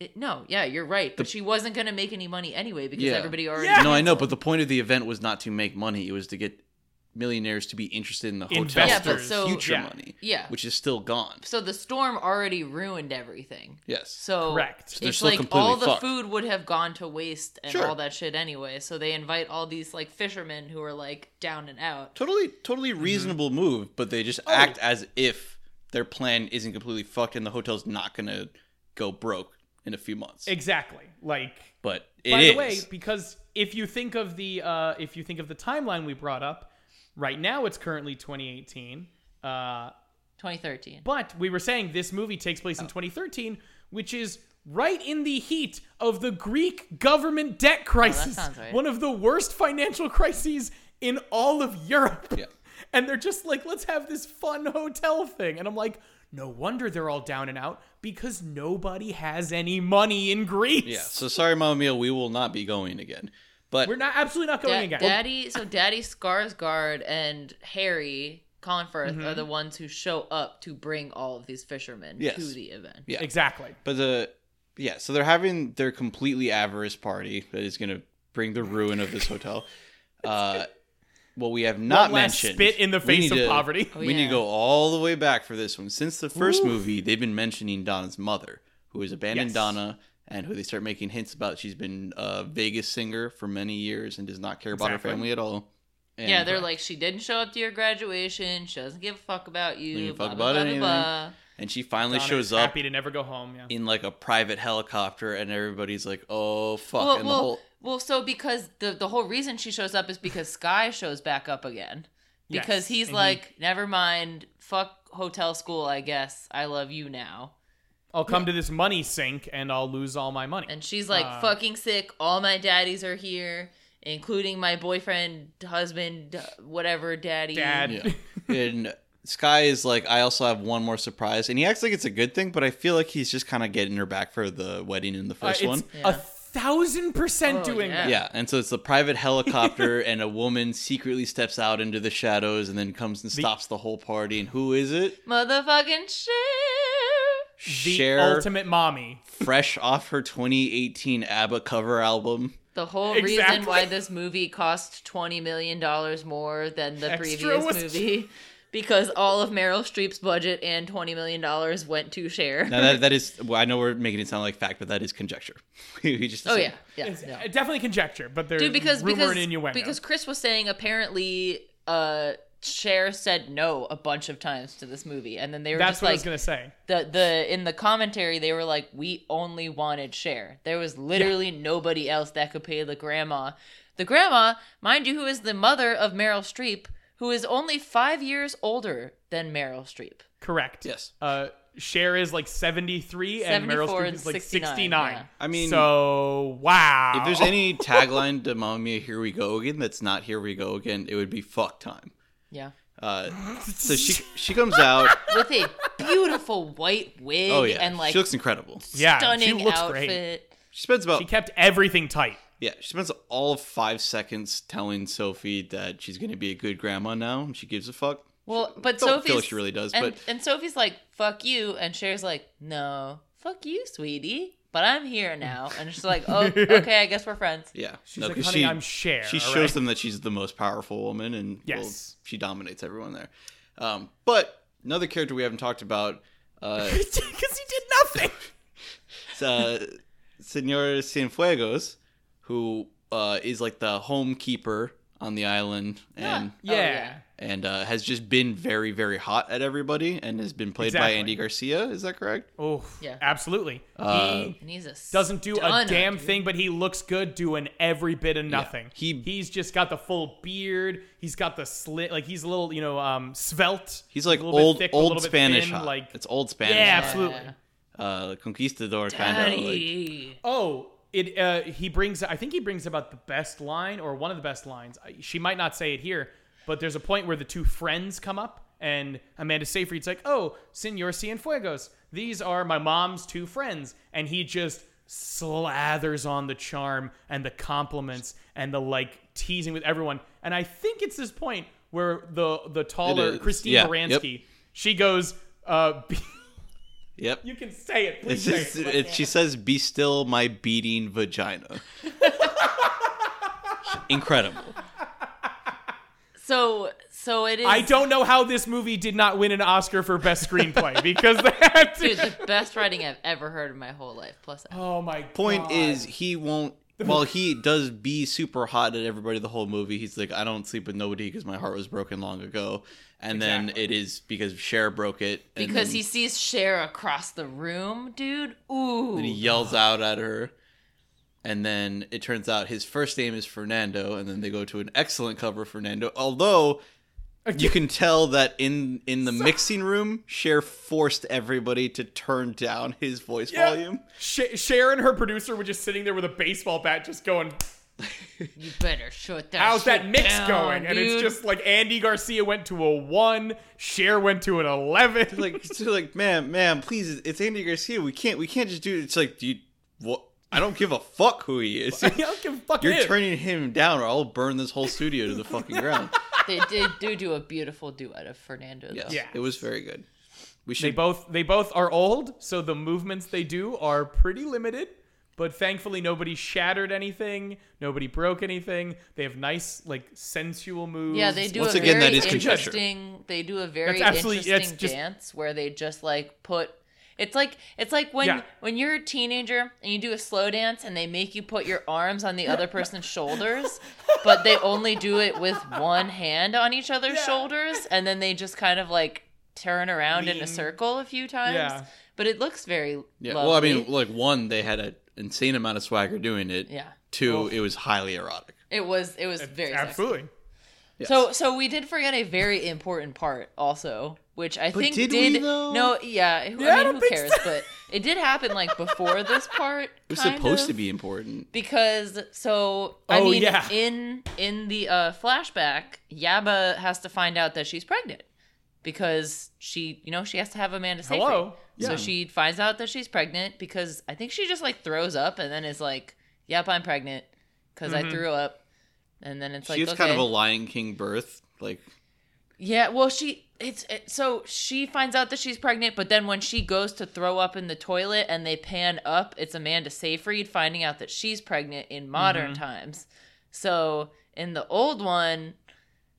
D: It- no, yeah, you're right. But she wasn't going to make any money anyway because
E: Yeah.
D: everybody already.
E: No, I know, but the point of the event was not to make money; it was to get millionaires to be interested in the hotel
C: Investors.
E: for
D: Yeah, but so-
E: future
C: Yeah.
E: money,
D: Yeah.
E: which is still gone.
D: So the storm already ruined everything.
E: Yes.
D: So
C: Correct. So
E: they're
D: it's
E: still
D: like
E: completely
D: all the
E: fucked.
D: food would have gone to waste and
E: Sure.
D: all that shit anyway. So they invite all these like fishermen who are like down and out.
E: totally totally
C: Mm-hmm.
E: reasonable move but they
C: Oh.
E: just act as if their plan isn't completely fucked and the hotel's not gonna go broke in a few months
C: Exactly. Like
E: but it is.
C: by the way because if you think of the uh, if you think of the timeline we brought up right now it's currently 2018 uh,
D: 2013.
C: but we were saying this movie takes place in 2013 which is right in the heat of the greek government debt crisis
D: Oh, sounds right.
C: one of the worst financial crises in all of europe
E: Yeah.
C: and they're just like let's have this fun hotel thing and i'm like no wonder they're all down and out because nobody has any money in greece
E: yeah so sorry mama mia we will not be going again but
C: we're not absolutely not going
D: Da-
C: again
D: Daddy, so Daddy Skarsgård and Harry Conforth
E: Mm-hmm.
D: are the ones who show up to bring all of these fishermen
E: Yes.
D: to the event.
E: Yeah.
C: Oh, Exactly.
E: but the yeah so they're having their completely avarice party that is gonna bring the ruin of this hotel uh well, we have not
C: last
E: mentioned
C: spit in the
E: we
C: face
E: need
C: of
E: to-
C: poverty.
D: Oh,
E: we need
D: yeah.
E: to go all the way back for this one. Since the first movie, they've been mentioning Donna's mother, who has abandoned
C: Yes.
E: Donna, and who they start making hints about. She's been a Vegas singer for many years and does not care about
C: Exactly.
E: her family at all. And
D: Yeah, they're like, she didn't show up to your graduation. She doesn't give a fuck about
E: Doesn't
D: you.
E: give a
D: Blah,
E: fuck
D: blah,
E: about
D: blah, blah,
E: anything.
D: blah.
E: and she finally
C: Donna
E: shows
C: is
E: up
C: Happy to never go home. Yeah.
E: in like a private helicopter, and everybody's like, "Oh fuck!"
D: Well,
E: and
D: well,
E: the whole
D: well, so because the the whole reason she shows up is because Sky shows back up again.
C: Yes,
D: Because he's
C: and he-
D: like, never mind, fuck hotel school, I guess. I love you now.
C: I'll come to this money sink and I'll lose all my money.
D: And she's like,
C: Uh,
D: fucking sick. All my daddies are here, including my boyfriend, husband, whatever daddy.
C: Dad.
E: yeah. and Sky is like, "I also have one more surprise," and he acts like it's a good thing, but I feel like he's just kind of getting her back for the wedding in the
C: Uh,
E: first
C: it's
E: one.
D: Yeah.
C: a thousand percent
D: Oh,
C: doing
D: yeah.
C: that.
E: Yeah, and so it's a private helicopter, and a woman secretly steps out into the shadows and then comes and stops the whole party. And who is it?
D: Motherfucking shit.
C: The
E: Cher,
C: ultimate mommy.
E: fresh off her 2018 ABBA cover album.
D: The whole reason
C: Exactly.
D: why this movie cost $20 million more than the
C: Extra
D: previous
C: was-
D: movie. Because all of Meryl Streep's budget and $20 million went to share.
E: Now that that is, well, I know we're making it sound like fact, but that is conjecture. we just
D: oh, yeah.
E: assume.
D: Yeah.
C: It's
D: no.
C: uh, definitely conjecture, but there's
D: Dude, because,
C: rumor
D: because,
C: and innuendo.
D: because Chris was saying apparently uh, Cher said no a bunch of times to this movie. And then they were
C: That's
D: just
C: what I
D: like,
C: was gonna say.
D: the the in the commentary they were like we only wanted Cher. There was literally nobody else that could pay the grandma. The grandma, mind you, who is the mother of Meryl Streep, who is only five years older than Meryl Streep.
C: Correct.
E: Yes.
C: Uh, Cher is like 73 and Meryl
D: 74
C: Streep
D: and
C: is like
D: 69,
C: 69.
D: yeah.
E: I mean-
C: so wow.
E: If there's any tagline to Mamma Mia, Here We Go Again, that's not Here We Go Again, it would be fuck time.
D: Yeah,
E: Uh, so she she comes out.
D: with a beautiful white wig
E: Oh yeah,
D: and like
E: she looks incredible.
C: yeah,
D: stunning
C: she looks
D: outfit.
C: Great.
E: She spends about
C: She kept everything tight.
E: Yeah, she spends all of five seconds telling Sophie that she's going to be a good grandma now, and she gives a fuck.
D: Well, but
E: Don't
D: Sophie's
E: feel she really does,
D: and,
E: but-
D: and Sophie's like fuck you, and Cher's like no fuck you, sweetie. But I'm here now, and she's like, "Oh, okay, I guess we're friends."
E: Yeah,
C: She's like, honey, I'm Cher.
E: she
C: all
E: shows
C: right?"
E: them that she's the most powerful woman, and well,
C: Yes.
E: she dominates everyone there. Um, but another character we haven't talked about, uh,
C: because he did nothing.
E: is, uh, Senor Cienfuegos, who uh, is like the homekeeper on the island, and
D: Oh, yeah.
E: and uh, has just been very very hot at everybody, and has been played
C: Exactly.
E: by Andy Garcia. Is that correct?
C: Oh,
D: Yeah.
C: absolutely.
E: Uh,
C: he
D: And he's a
C: doesn't do a
D: stunner,
C: damn
D: dude.
C: thing, but he looks good doing every bit of nothing.
E: He-
C: he's just got the full beard. He's got the slit. Like he's a little, you know, um, svelte.
E: He's like
C: a little bit
E: old
C: thick, a
E: old
C: little bit
E: Spanish
C: thin,
E: hot.
C: Like
E: it's old
C: yeah,
E: Spanish. hot.
C: absolutely.
D: Yeah.
E: Uh, conquistador kind of like
D: Daddy.
C: Oh, it. Uh, he brings. I think he brings about the best line or one of the best lines. I- She might not say it here, but there's a point where the two friends come up And Amanda Seyfried's like, oh, Senor Cienfuegos, these are my mom's two friends. And he just slathers on the charm and the compliments and the like teasing with everyone. And I think it's this point where the the taller
E: is.
C: Christine
E: Yeah. Yep.
C: Baranski, she goes, uh,
E: Yep.
C: you can say it, please
E: It's
C: say
E: just,
C: it.
E: it, she says, "Be still, my beating vagina." Incredible.
D: So so it is.
C: I don't know how this movie did not win an Oscar for best screenplay because that.
D: Dude, the best writing I've ever heard in my whole life. Plus,
C: oh my
E: Point
C: God.
E: is, he won't. Well, he does be super hot at everybody the whole movie. He's like, "I don't sleep with nobody because my heart was broken long ago," and then
C: Exactly.
E: it is because Cher broke it. and
D: because
E: then
D: he sees Cher across the room, dude. Ooh.
E: he yells out at her, and then it turns out his first name is Fernando, and then they go to an excellent cover of Fernando. Although you can tell that in in the mixing room, Cher forced everybody to turn down his voice
C: Yeah.
E: volume.
C: Sh- Cher and her producer were just sitting there with a baseball bat, just going,
D: You better shut that.
C: "How's that
D: shit
C: mix
D: down,
C: going?" And it's
D: dude.
C: just like Andy Garcia went to a one, Cher went to an eleven.
E: like she's like ma'am ma'am please it's andy garcia we can't we can't just do it it's like do you what i don't give a fuck who he is
C: I don't give a fuck
E: you're
C: it.
E: turning him down or i'll burn this whole studio to the fucking ground
D: they did do do a beautiful duet of Fernando.
E: yes
C: Yeah.
E: it was very good
C: They
E: we should
C: both they both are old, so the movements they do are pretty limited. But thankfully, nobody shattered anything. Nobody broke anything. They have nice, like, sensual moves.
D: Yeah, they do
E: Once
D: a
E: again,
D: very
E: that is conjecture.
D: interesting. They do a very
C: Mm-hmm. That's absolutely- that's
D: interesting
C: just-
D: dance where they just like put. It's like it's like when
C: Yeah.
D: when you're a teenager and you do a slow dance and they make you put your arms on the other person's shoulders, but they only do it with one hand on each other's shoulders and then they just kind of like turn around in
C: Lean.
D: a circle a few times.
C: Yeah.
D: But it looks very
E: yeah
D: lovely.
E: well i mean like one they had an insane amount of swagger doing it
D: yeah.
E: two it was highly erotic
D: It was it was very sexy.
C: absolutely.
D: So so we did forget a very important part also, which I think
E: did
D: did,
E: we, though?
D: no yeah, who-
C: Yeah, I
D: I mean
C: don't
D: who
C: think
D: cares,
C: so.
D: but it did happen like before this part.
E: it was
D: kind
E: supposed
D: of,
E: to be important
D: because so I
C: Oh,
D: mean
C: yeah.
D: in in the uh, flashback, Yaba has to find out that she's pregnant because she you know she has to have Amanda Seyfried.
C: Hello?
D: So
E: Yeah.
D: she finds out that she's pregnant because I think she just like throws up and then is like, "Yep, I'm pregnant because I threw up." And then it's like
E: Mm-hmm. she was
D: okay.
E: kind of a lion king birth like
D: Yeah, well, she it's it, so she finds out that she's pregnant, but then when she goes to throw up in the toilet and they pan up, it's Amanda Seyfried finding out that she's pregnant in modern
E: Mm-hmm.
D: times. So in the old one,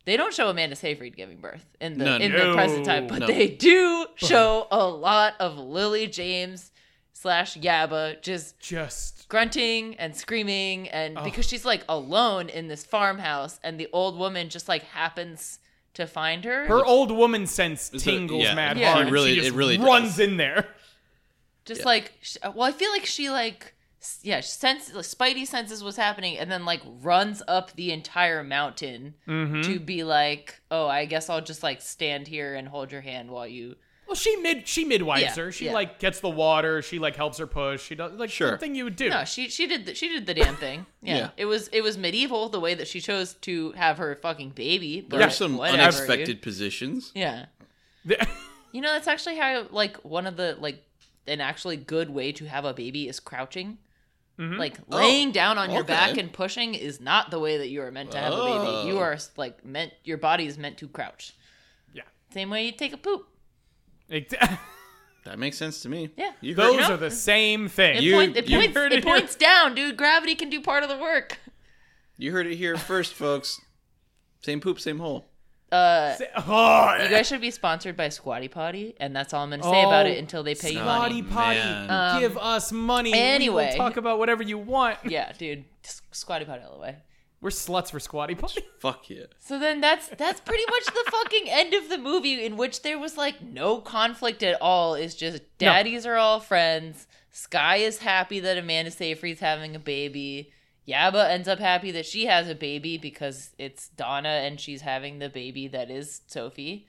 D: they don't show Amanda Seyfried giving birth in the
E: No,
D: in
C: no.
D: the present time, but
E: No.
D: they do show a lot of Lily James slash Yabba just
C: Just
D: grunting and screaming and because she's like alone in this farmhouse and the old woman just like happens to find her,
C: Her old woman sense
E: It's a-
C: tingles
E: yeah,
C: mad
D: it
C: hard.
D: really-
C: Really, she
E: it
C: just
E: really does.
C: runs in there.
D: just
E: yeah.
D: like sh- uh, well i feel like she like s- yeah she sense like spidey senses what's happening and then like runs up the entire mountain
C: Hmm?
D: to be like oh i guess i'll just like stand here and hold your hand while you
C: Well, she mid she midwives
D: Yeah,
C: her. She
D: yeah.
C: like gets the water. She like helps her push. She does like
E: Sure.
C: something you would do.
D: no she she did the, she did the damn thing yeah.
E: Yeah.
D: it was it was medieval the way that she chose to have her fucking baby but
E: there are some
D: whatever,
E: unexpected
D: dude.
E: positions
D: yeah You know, that's actually how like one of the like an actually good way to have a baby is crouching.
C: Mm-hmm.
D: Like
E: Oh,
D: laying down on your
E: okay.
D: back and pushing is not the way that you are meant to have a
E: Oh.
D: baby. You are like meant your body is meant to crouch.
C: Yeah.
D: Same way you take a poop.
C: Ex-
E: that makes sense to me
D: Yeah.
E: you heard
C: Those
E: it.
D: know?
C: are the same thing.
D: It,
E: You-
D: point, it
E: you
D: points
C: heard
D: it,
C: it here.
D: points down, dude. Gravity can do part of the work.
E: you heard it here first folks same poop same hole
D: Uh
C: Oh,
D: you guys should be sponsored by Squatty Potty, and that's all I'm gonna say about
C: Oh,
D: it until they pay you money.
C: Potty potty,
E: man.
C: give us money. we
D: anyway.
C: will talk about whatever you want.
D: Yeah, dude. S- Squatty Potty all the way.
C: We're sluts for squatty potty.
E: Fuck yeah.
D: So then that's that's pretty much the fucking end of the movie in which there was like no conflict at all. It's just daddies are all friends. Sky is happy that Amanda Seyfried's having a baby. Yaba ends up happy that she has a baby because it's Donna and she's having the baby that is Sophie.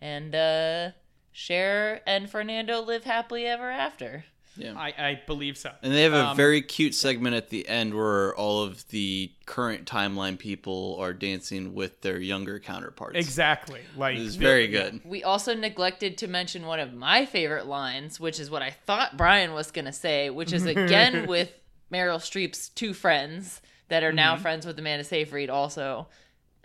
D: And uh Cher and Fernando live happily ever after.
E: Yeah.
C: I, I believe so.
E: And they have a
C: Um,
E: very cute segment at the end where all of the current timeline people are dancing with their younger counterparts.
C: exactly like
E: It was
C: the-
E: very good.
D: We also neglected to mention one of my favorite lines, which is what I thought Brian was going to say, which is again with Meryl Streep's two friends that are now friends with Amanda Seyfried also,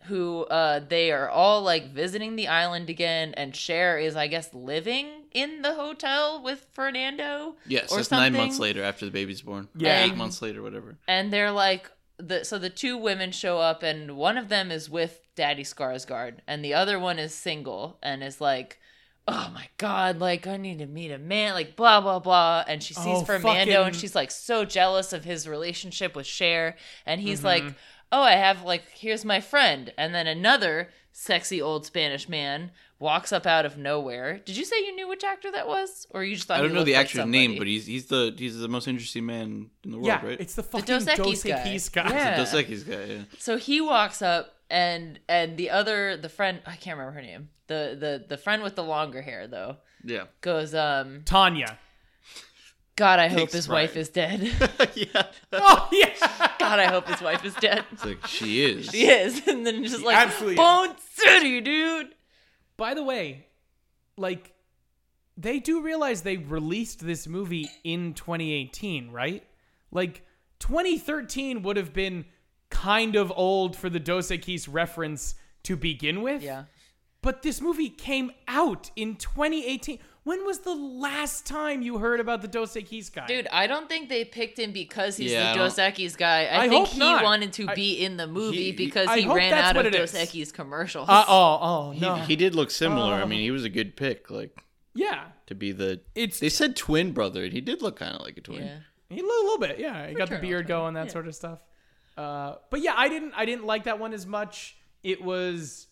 D: who uh, they are all like visiting the island again, and Cher is, I guess, living in the hotel with Fernando.
E: Yes,
D: or
E: that's nine
D: something.
E: months later after the baby's born.
C: Yeah.
E: Eight months later, whatever.
D: and they're like the so the two women show up and one of them is with Daddy Skarsgård and the other one is single and is like oh my god like I need to meet a man like blah blah blah and she sees
C: Oh,
D: Fernando and
C: fucking-
D: she's like so jealous of his relationship with Cher and he's
C: Mm-hmm.
D: like oh I have like here's my friend and then another sexy old Spanish man walks up out of nowhere did you say you knew which actor that was or you just thought
E: I don't
D: he
E: know
D: looked
E: the
D: like
E: actual name,
D: somebody?
E: but he's he's the he's the most interesting man in the world,
C: yeah,
E: right?
C: it's the fucking Dos
D: Dos Equis guy.
C: Equis guy.
D: Yeah.
E: Dos Equis guy. Yeah.
D: So he walks up and and the other the friend I can't remember her name. The the the friend with the longer hair though
E: Yeah.
D: goes um
C: Tanya.
D: God I hope
E: Thanks,
D: his
E: Brian.
D: wife is dead.
E: yeah.
C: Oh yeah.
D: God I hope his wife is dead.
E: It's like she is.
D: She is and then just like
C: absolutely is.
D: Bone City dude.
C: By the way, like they do realize they released this movie in 2018, right? Like 2013 would have been kind of old for the Dos Equis reference to begin with.
D: Yeah.
C: But this movie came out in 2018. When was the last time you heard about the Dos Equis guy?
D: Dude, I don't think they picked him because he's
E: Yeah, I
D: the
E: don't-
D: Dos Equis guy. I,
C: I hope
D: think he
C: not.
D: wanted to
C: I-
D: be in the movie
E: He-
D: because
C: I
D: he
C: hope
D: ran
C: that's
D: out
C: what
D: of
C: it
D: Dos
C: is.
D: Equis commercials.
C: Uh, oh, oh
E: He,
C: no.
E: he did look similar.
D: Oh.
E: I mean, he was a good pick, like
C: yeah.
E: to be the.
C: It's
E: They said twin brother, and he did look kind of like a twin.
D: Yeah.
C: He a little bit, yeah. He got the
D: Fraternal
C: beard
D: twin,
C: going, that
D: yeah.
C: sort of stuff. Uh, but yeah, I didn't, I didn't like that one as much. It was,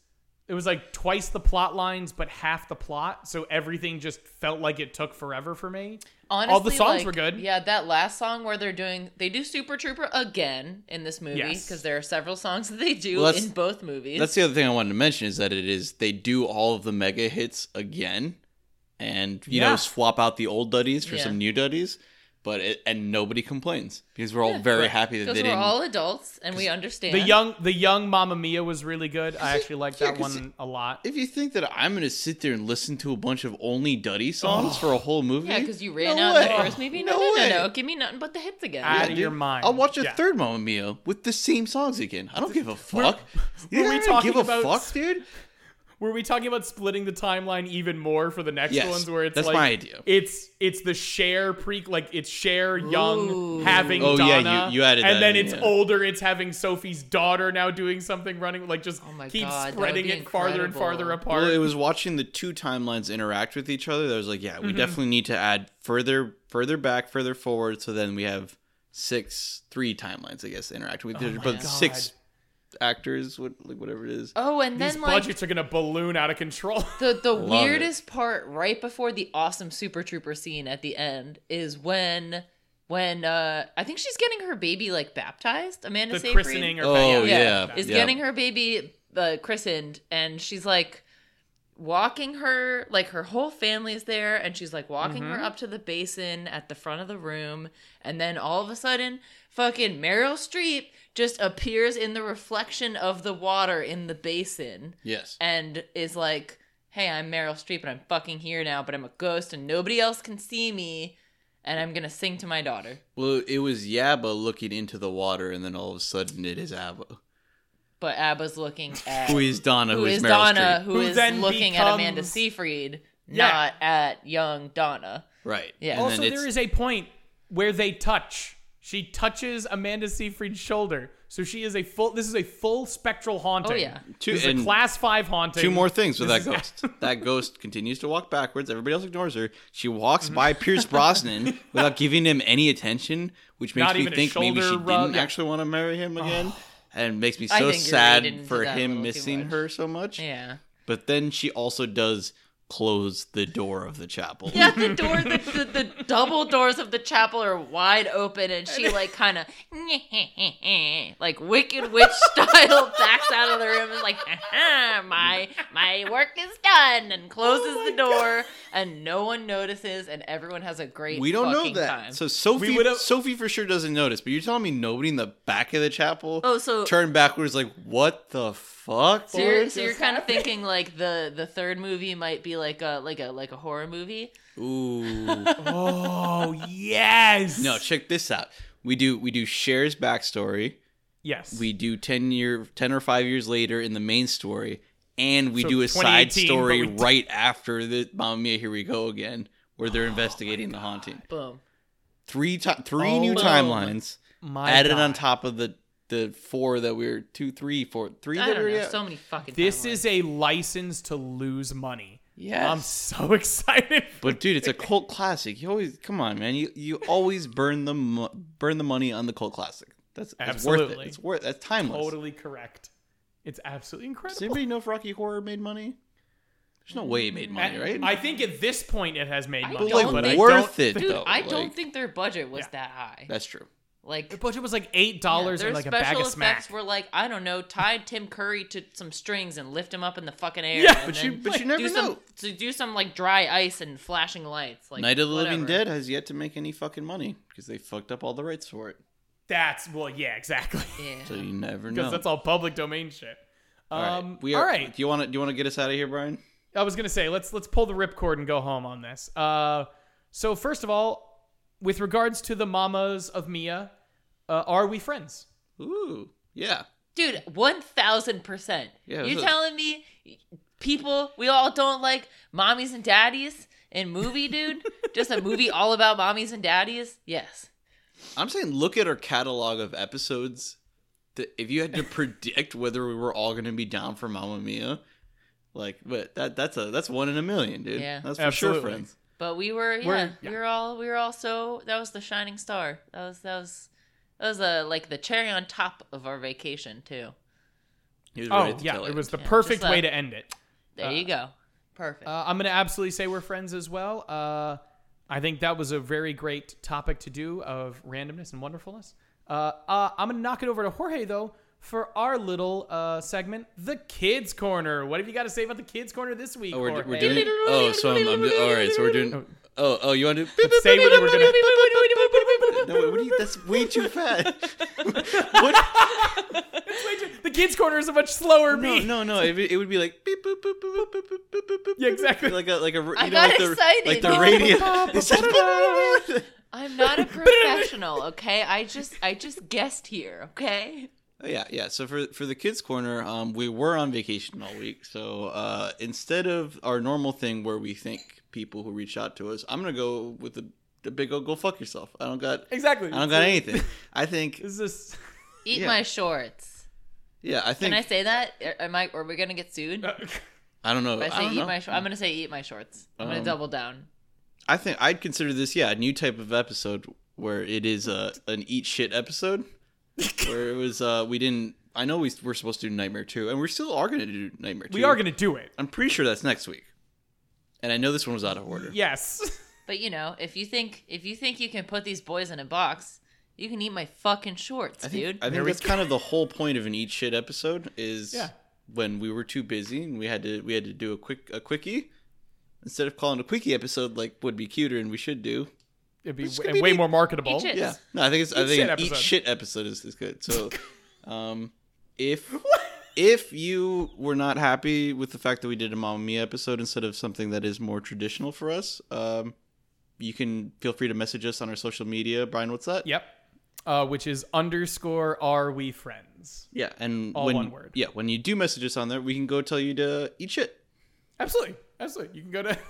C: it was like twice the plot lines, but half the plot, so everything just felt like it took forever for me.
D: Honestly,
C: All the songs
D: like,
C: were good.
D: Yeah, that last song where they're doing they do Super Trooper again in this movie
C: Yes.
D: because there are several songs that they do
E: Well, that's-
D: in both movies.
E: That's the other thing I wanted to mention is that it is they do all of the mega hits again, and you
C: Yeah.
E: know swap out the old duddies for
D: Yeah.
E: some new duddies, but it, and nobody complains because we're all very happy that
D: because
E: they
D: we're
E: didn't.
D: all adults and we understand.
C: The young, the young Mamma Mia was really good. I actually liked
E: yeah,
C: that
E: 'cause
C: one a lot.
E: if you think that I'm gonna sit there and listen to a bunch of only Duddy songs for a whole movie,
D: yeah, because you ran
E: No
D: out in
E: way.
D: the first movie. No,
E: No
D: no, no,
E: way.
D: no, Give me nothing but the hits again.
C: I-
E: Yeah,
C: Out of
E: dude.
C: your mind.
E: I'll watch a
C: Yeah.
E: third Mamma Mia with the same songs again. I don't give a fuck.
C: were
E: yeah,
C: we
E: I don't
C: talking
E: give a
C: about-
E: fuck, dude?
C: Were we talking about splitting the timeline even more for the next
E: Yes,
C: ones? Where it's
E: that's
C: like
E: my idea.
C: It's it's the share pre like it's share young
D: Ooh.
C: having
E: Oh, yeah,
C: Donna.
E: you- you added
C: and
E: that
C: then
E: in,
C: it's
E: yeah.
C: older. It's having Sophie's daughter now doing something running like just
D: Oh my
C: keep
D: God, that would
C: spreading
D: be
C: it farther and
D: incredible.
C: farther apart.
E: Well, it was watching the two timelines interact with each other. That was like, yeah,
D: Mm-hmm.
E: we definitely need to add further, further back, further forward. So then we have six, three timelines, I guess, interact
D: Oh
E: with each other. But six actors, what, like whatever it is.
D: oh, and
C: These
D: then like
C: budgets are gonna balloon out of control.
D: The the
E: Love it.
D: weirdest part right before the awesome Super Trooper scene at the end is when when uh I think she's getting her baby like baptized. Amanda
C: the
D: Seyfried
C: christening or
E: Oh,
C: yeah.
E: yeah.
D: is
E: yeah.
D: getting her baby uh, christened, and she's like walking her like her whole family is there, and she's like walking her up to the basin at the front of the room, and then all of a sudden, fucking Meryl Streep just appears in the reflection of the water in the basin
E: Yes.
D: and is like, "Hey, I'm Meryl Streep, and I'm fucking here now, but I'm a ghost, and nobody else can see me, and I'm gonna sing to my daughter."
E: Well, it was Yabba looking into the water, and then all of a sudden it is Abba.
D: But Abba's looking at
E: Who is Donna?
D: who is
E: Meryl
D: Donna,
E: Streep.
D: who
C: Who
D: is
C: then
D: looking at Amanda
C: becomes-
D: Seyfried,
C: Yeah.
D: not at young Donna.
E: Right.
D: Yeah.
E: And
C: Also,
E: then it's,
C: there is a point where they touch. She touches Amanda Seyfried's shoulder, so she is a full. This is a full spectral haunting.
D: Oh, yeah.
E: Two-
C: this is a
E: and-
C: class five haunting.
E: Two more things with
C: This
E: that
C: is-
E: ghost. that ghost continues to walk backwards. Everybody else ignores her. She walks
C: Mm-hmm.
E: by Pierce Brosnan without giving him any attention, which makes
C: Not
E: me
C: even a
E: think maybe she
C: shoulder
E: didn't
C: rub, yeah. Oh.
E: actually want to marry him again. And makes me
D: I
E: so
D: think you're right,
E: sad
D: he didn't do
E: for
D: that a
E: him
D: little too
E: missing
D: much.
E: her so much.
D: Yeah.
E: But then she also does close the door of the chapel.
D: Yeah, the door, the, the, the double doors of the chapel are wide open, and she like kind of like Wicked Witch style backs out of the room and like "Aha, my my work is done and closes
C: Oh
D: the door, and no one notices, and everyone has a great
E: We don't know
D: fucking
E: that.
D: time.
E: So Sophie,
C: We would've-
E: Sophie for sure doesn't notice. But you're telling me nobody in the back of the chapel
D: oh, so
E: turned backwards like, what the fuck?
D: So you're,
E: Boris?
D: so you're kind of thinking like the the third movie might be like a like a like a horror movie.
E: Ooh.
C: Oh yes.
E: no, check this out. We do we do Cher's backstory.
C: yes.
E: We do ten year, ten or five years later in the main story, and we
C: So
E: do a side
C: 2018, but
E: story
C: we d-
E: right after the Mamma Mia, Here We Go again, where they're investigating the haunting.
D: Boom.
E: Three ti- three
C: Oh.
E: new
C: Boom.
E: timelines
C: My
E: added on
C: God.
E: top of the the four that we were two, three, four, three
D: I
E: that
D: don't
E: we
D: know.
E: were at.
D: So many fucking.
C: This
D: timelines.
C: is a license to lose money.
E: Yes.
C: I'm so excited.
E: But dude, it's a cult classic. You always come on, man. You you always burn the mo- burn the money on the cult classic. That's it's worth it.
C: Absolutely.
E: It's worth that's timeless.
C: Totally correct. It's absolutely
E: Does
C: incredible.
E: anybody know if Rocky Horror made money? There's no way it made money,
C: I-
E: right?
C: I think at this point it has made
D: I
C: money,
D: don't
E: but
C: but
E: like
C: I
E: worth
C: don't
E: it
D: Dude,
E: though.
D: I
E: like,
D: don't think their budget was
C: Yeah.
D: that high.
E: that's true.
D: Like
C: The budget was like eight
D: yeah,
C: dollars
D: their
C: and like a
D: special
C: bag of
D: effects
C: smacks.
D: were like I don't know, tie Tim Curry to some strings and lift him up in the fucking air.
C: Yeah,
D: and
E: But you
D: then
E: but you never
D: do
E: know.
D: some to do some like dry ice and flashing lights. Like
E: Night of the Living
D: whatever.
E: Dead has yet to make any fucking money because they fucked up all the rights for it.
C: That's well, yeah, exactly.
D: Yeah.
E: So you never
C: Because
E: know.
C: that's all public domain shit.
E: All right,
C: Um,
E: we
C: all
E: are,
C: right.
E: Do you want to do you want to get us out of here, Brian?
C: I was gonna say let's let's pull the ripcord and go home on this. Uh, so first of all, with regards to the mamas of Mia, uh, are we friends?
E: Ooh, yeah.
D: Dude, one thousand percent.
E: Yeah,
D: You
E: so-
D: telling me people we all don't like mommies and daddies in movie, dude? Just a movie all about mommies and daddies? Yes.
E: I'm saying look at our catalog of episodes. Th- If you had to predict whether we were all going to be down for Mamma Mia, like, but that that's a that's one in a million, dude.
D: Yeah.
E: that's for sure,
C: Absolutely.
E: friends.
D: But we were, yeah,
C: We're-
D: we were all, we were all so. That was the shining star. That was, that was, that was uh like the cherry on top of our vacation too.
E: He was ready
C: Oh
E: to
C: yeah,
E: kill
C: it was the
D: Yeah,
C: perfect
D: just, uh,
C: way to end it.
D: There you go. Perfect.
C: Uh, I'm gonna absolutely say we're friends as well. Uh, I think that was a very great topic to do of randomness and wonderfulness. Uh, uh, I'm gonna knock it over to Jorge though for our little uh, segment, the Kids Corner. What have you got to say about the Kids Corner this week?
E: Oh, we're,
C: Jorge?
E: we're doing. Oh, so I'm, I'm do- all right. So we're doing. Oh, oh, you want to?
C: Let's say what you were gonna.
E: No, wait, what do you? That's way too fast. what?
C: The Kids Corner is a much slower
E: No,
C: beat.
E: no, no. It, would- it would be like beep boop boop boop boop boop boop boop boop. boop,
C: Yeah, exactly.
E: Like a like a. You
D: I
E: know,
D: got
E: like the,
D: excited.
E: Like the radio. It said-
D: I'm not a professional, okay? I just, I just guessed here, okay?
E: Oh, yeah, yeah. So for for the kids' corner, um, we were on vacation all week. So uh, instead of our normal thing where we thank people who reach out to us, I'm gonna go with the, the big old go fuck yourself. I don't got
C: Exactly.
E: I don't got anything. I think
C: Is this?
D: Eat
E: Yeah.
D: my shorts.
E: yeah. I
D: Can
E: think
D: I say that? Are- Am I? Are we gonna get sued?
C: Uh,
D: If
E: I don't know.
D: I
E: I,
D: say
E: don't
D: eat
E: know.
D: my. Sh- I'm gonna say eat my shorts. I'm gonna
E: Um,
D: double down.
E: I think I'd consider this yeah a new type of episode where it is a an eat shit episode where it was uh we didn't. I know we were supposed to do Nightmare Two, and we still are gonna do Nightmare Two.
C: We are gonna do it.
E: I'm pretty sure that's next week. And I know this one was out of order.
C: Yes.
D: But you know, if you think if you think you can put these boys in a box, you can eat my fucking shorts,
E: I think,
D: dude.
E: I think
C: we
E: that's kind of the whole point of an eat shit episode is
C: Yeah.
E: when we were too busy and we had to we had to do a quick a quickie instead of calling it a quickie episode like would be cuter and we should do.
C: It'd be
E: It's
C: w-
E: gonna be
C: way
E: neat.
C: more marketable.
D: Eat shit.
E: Yeah. No, I think it's I
C: Eat
E: think
C: shit
E: an eat
C: episode.
E: shit episode is, is good. So um if if you were not happy with the fact that we did a Mamma Mia episode instead of something that is more traditional for us, um you can feel free to message us on our social media. Brian, what's that?
C: Yep. Uh, which is underscore are we friends?
E: Yeah, and
C: All
E: when,
C: one word.
E: Yeah, when you do message us on there, we can go tell you to eat shit.
C: Absolutely. Absolutely. You can go to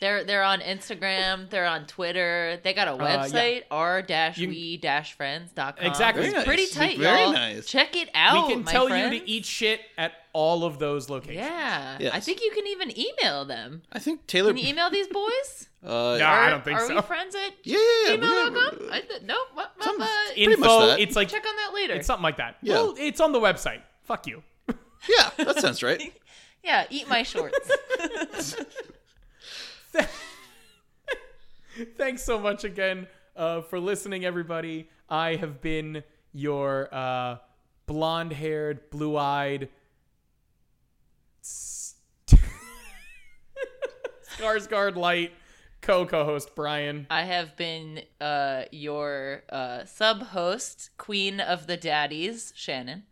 D: They're they're on Instagram, they're on Twitter, they got a
C: Uh, yeah.
D: website, r dash
C: You-
D: we dash friends.com.
C: Exactly.
D: It's
E: Very
D: pretty
E: nice.
D: tight,
E: Very
D: y'all.
E: nice.
D: Check it out.
C: we can
D: Oh, my
C: tell
D: friends.
C: you to e- eat shit at all of those locations.
D: Yeah. I
E: Yes.
D: think you can even email them.
E: I think Taylor.
D: Can you email these boys?
E: uh,
C: Nah, I don't think
D: are
C: so.
D: we friends at
E: Yeah, yeah, yeah.
D: gmail.com?
E: we-
D: I th- nope. What, what,
E: Some-
D: what?
E: pretty much
C: Info.
E: that.
C: It's like
D: Check on that later.
C: it's something like that.
E: Yeah.
C: Well, it's on the website. Fuck you.
E: yeah, that sounds right.
D: yeah, eat my shorts.
C: Thanks so much again uh, for listening, everybody. I have been your uh, blonde haired, blue eyed. Skarsgård Light co co host, Brian.
D: I have been uh, your uh, sub host, Queen of the Daddies, Shannon.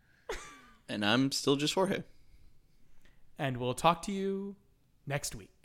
E: And I'm still just Jorge.
C: And we'll talk to you next week.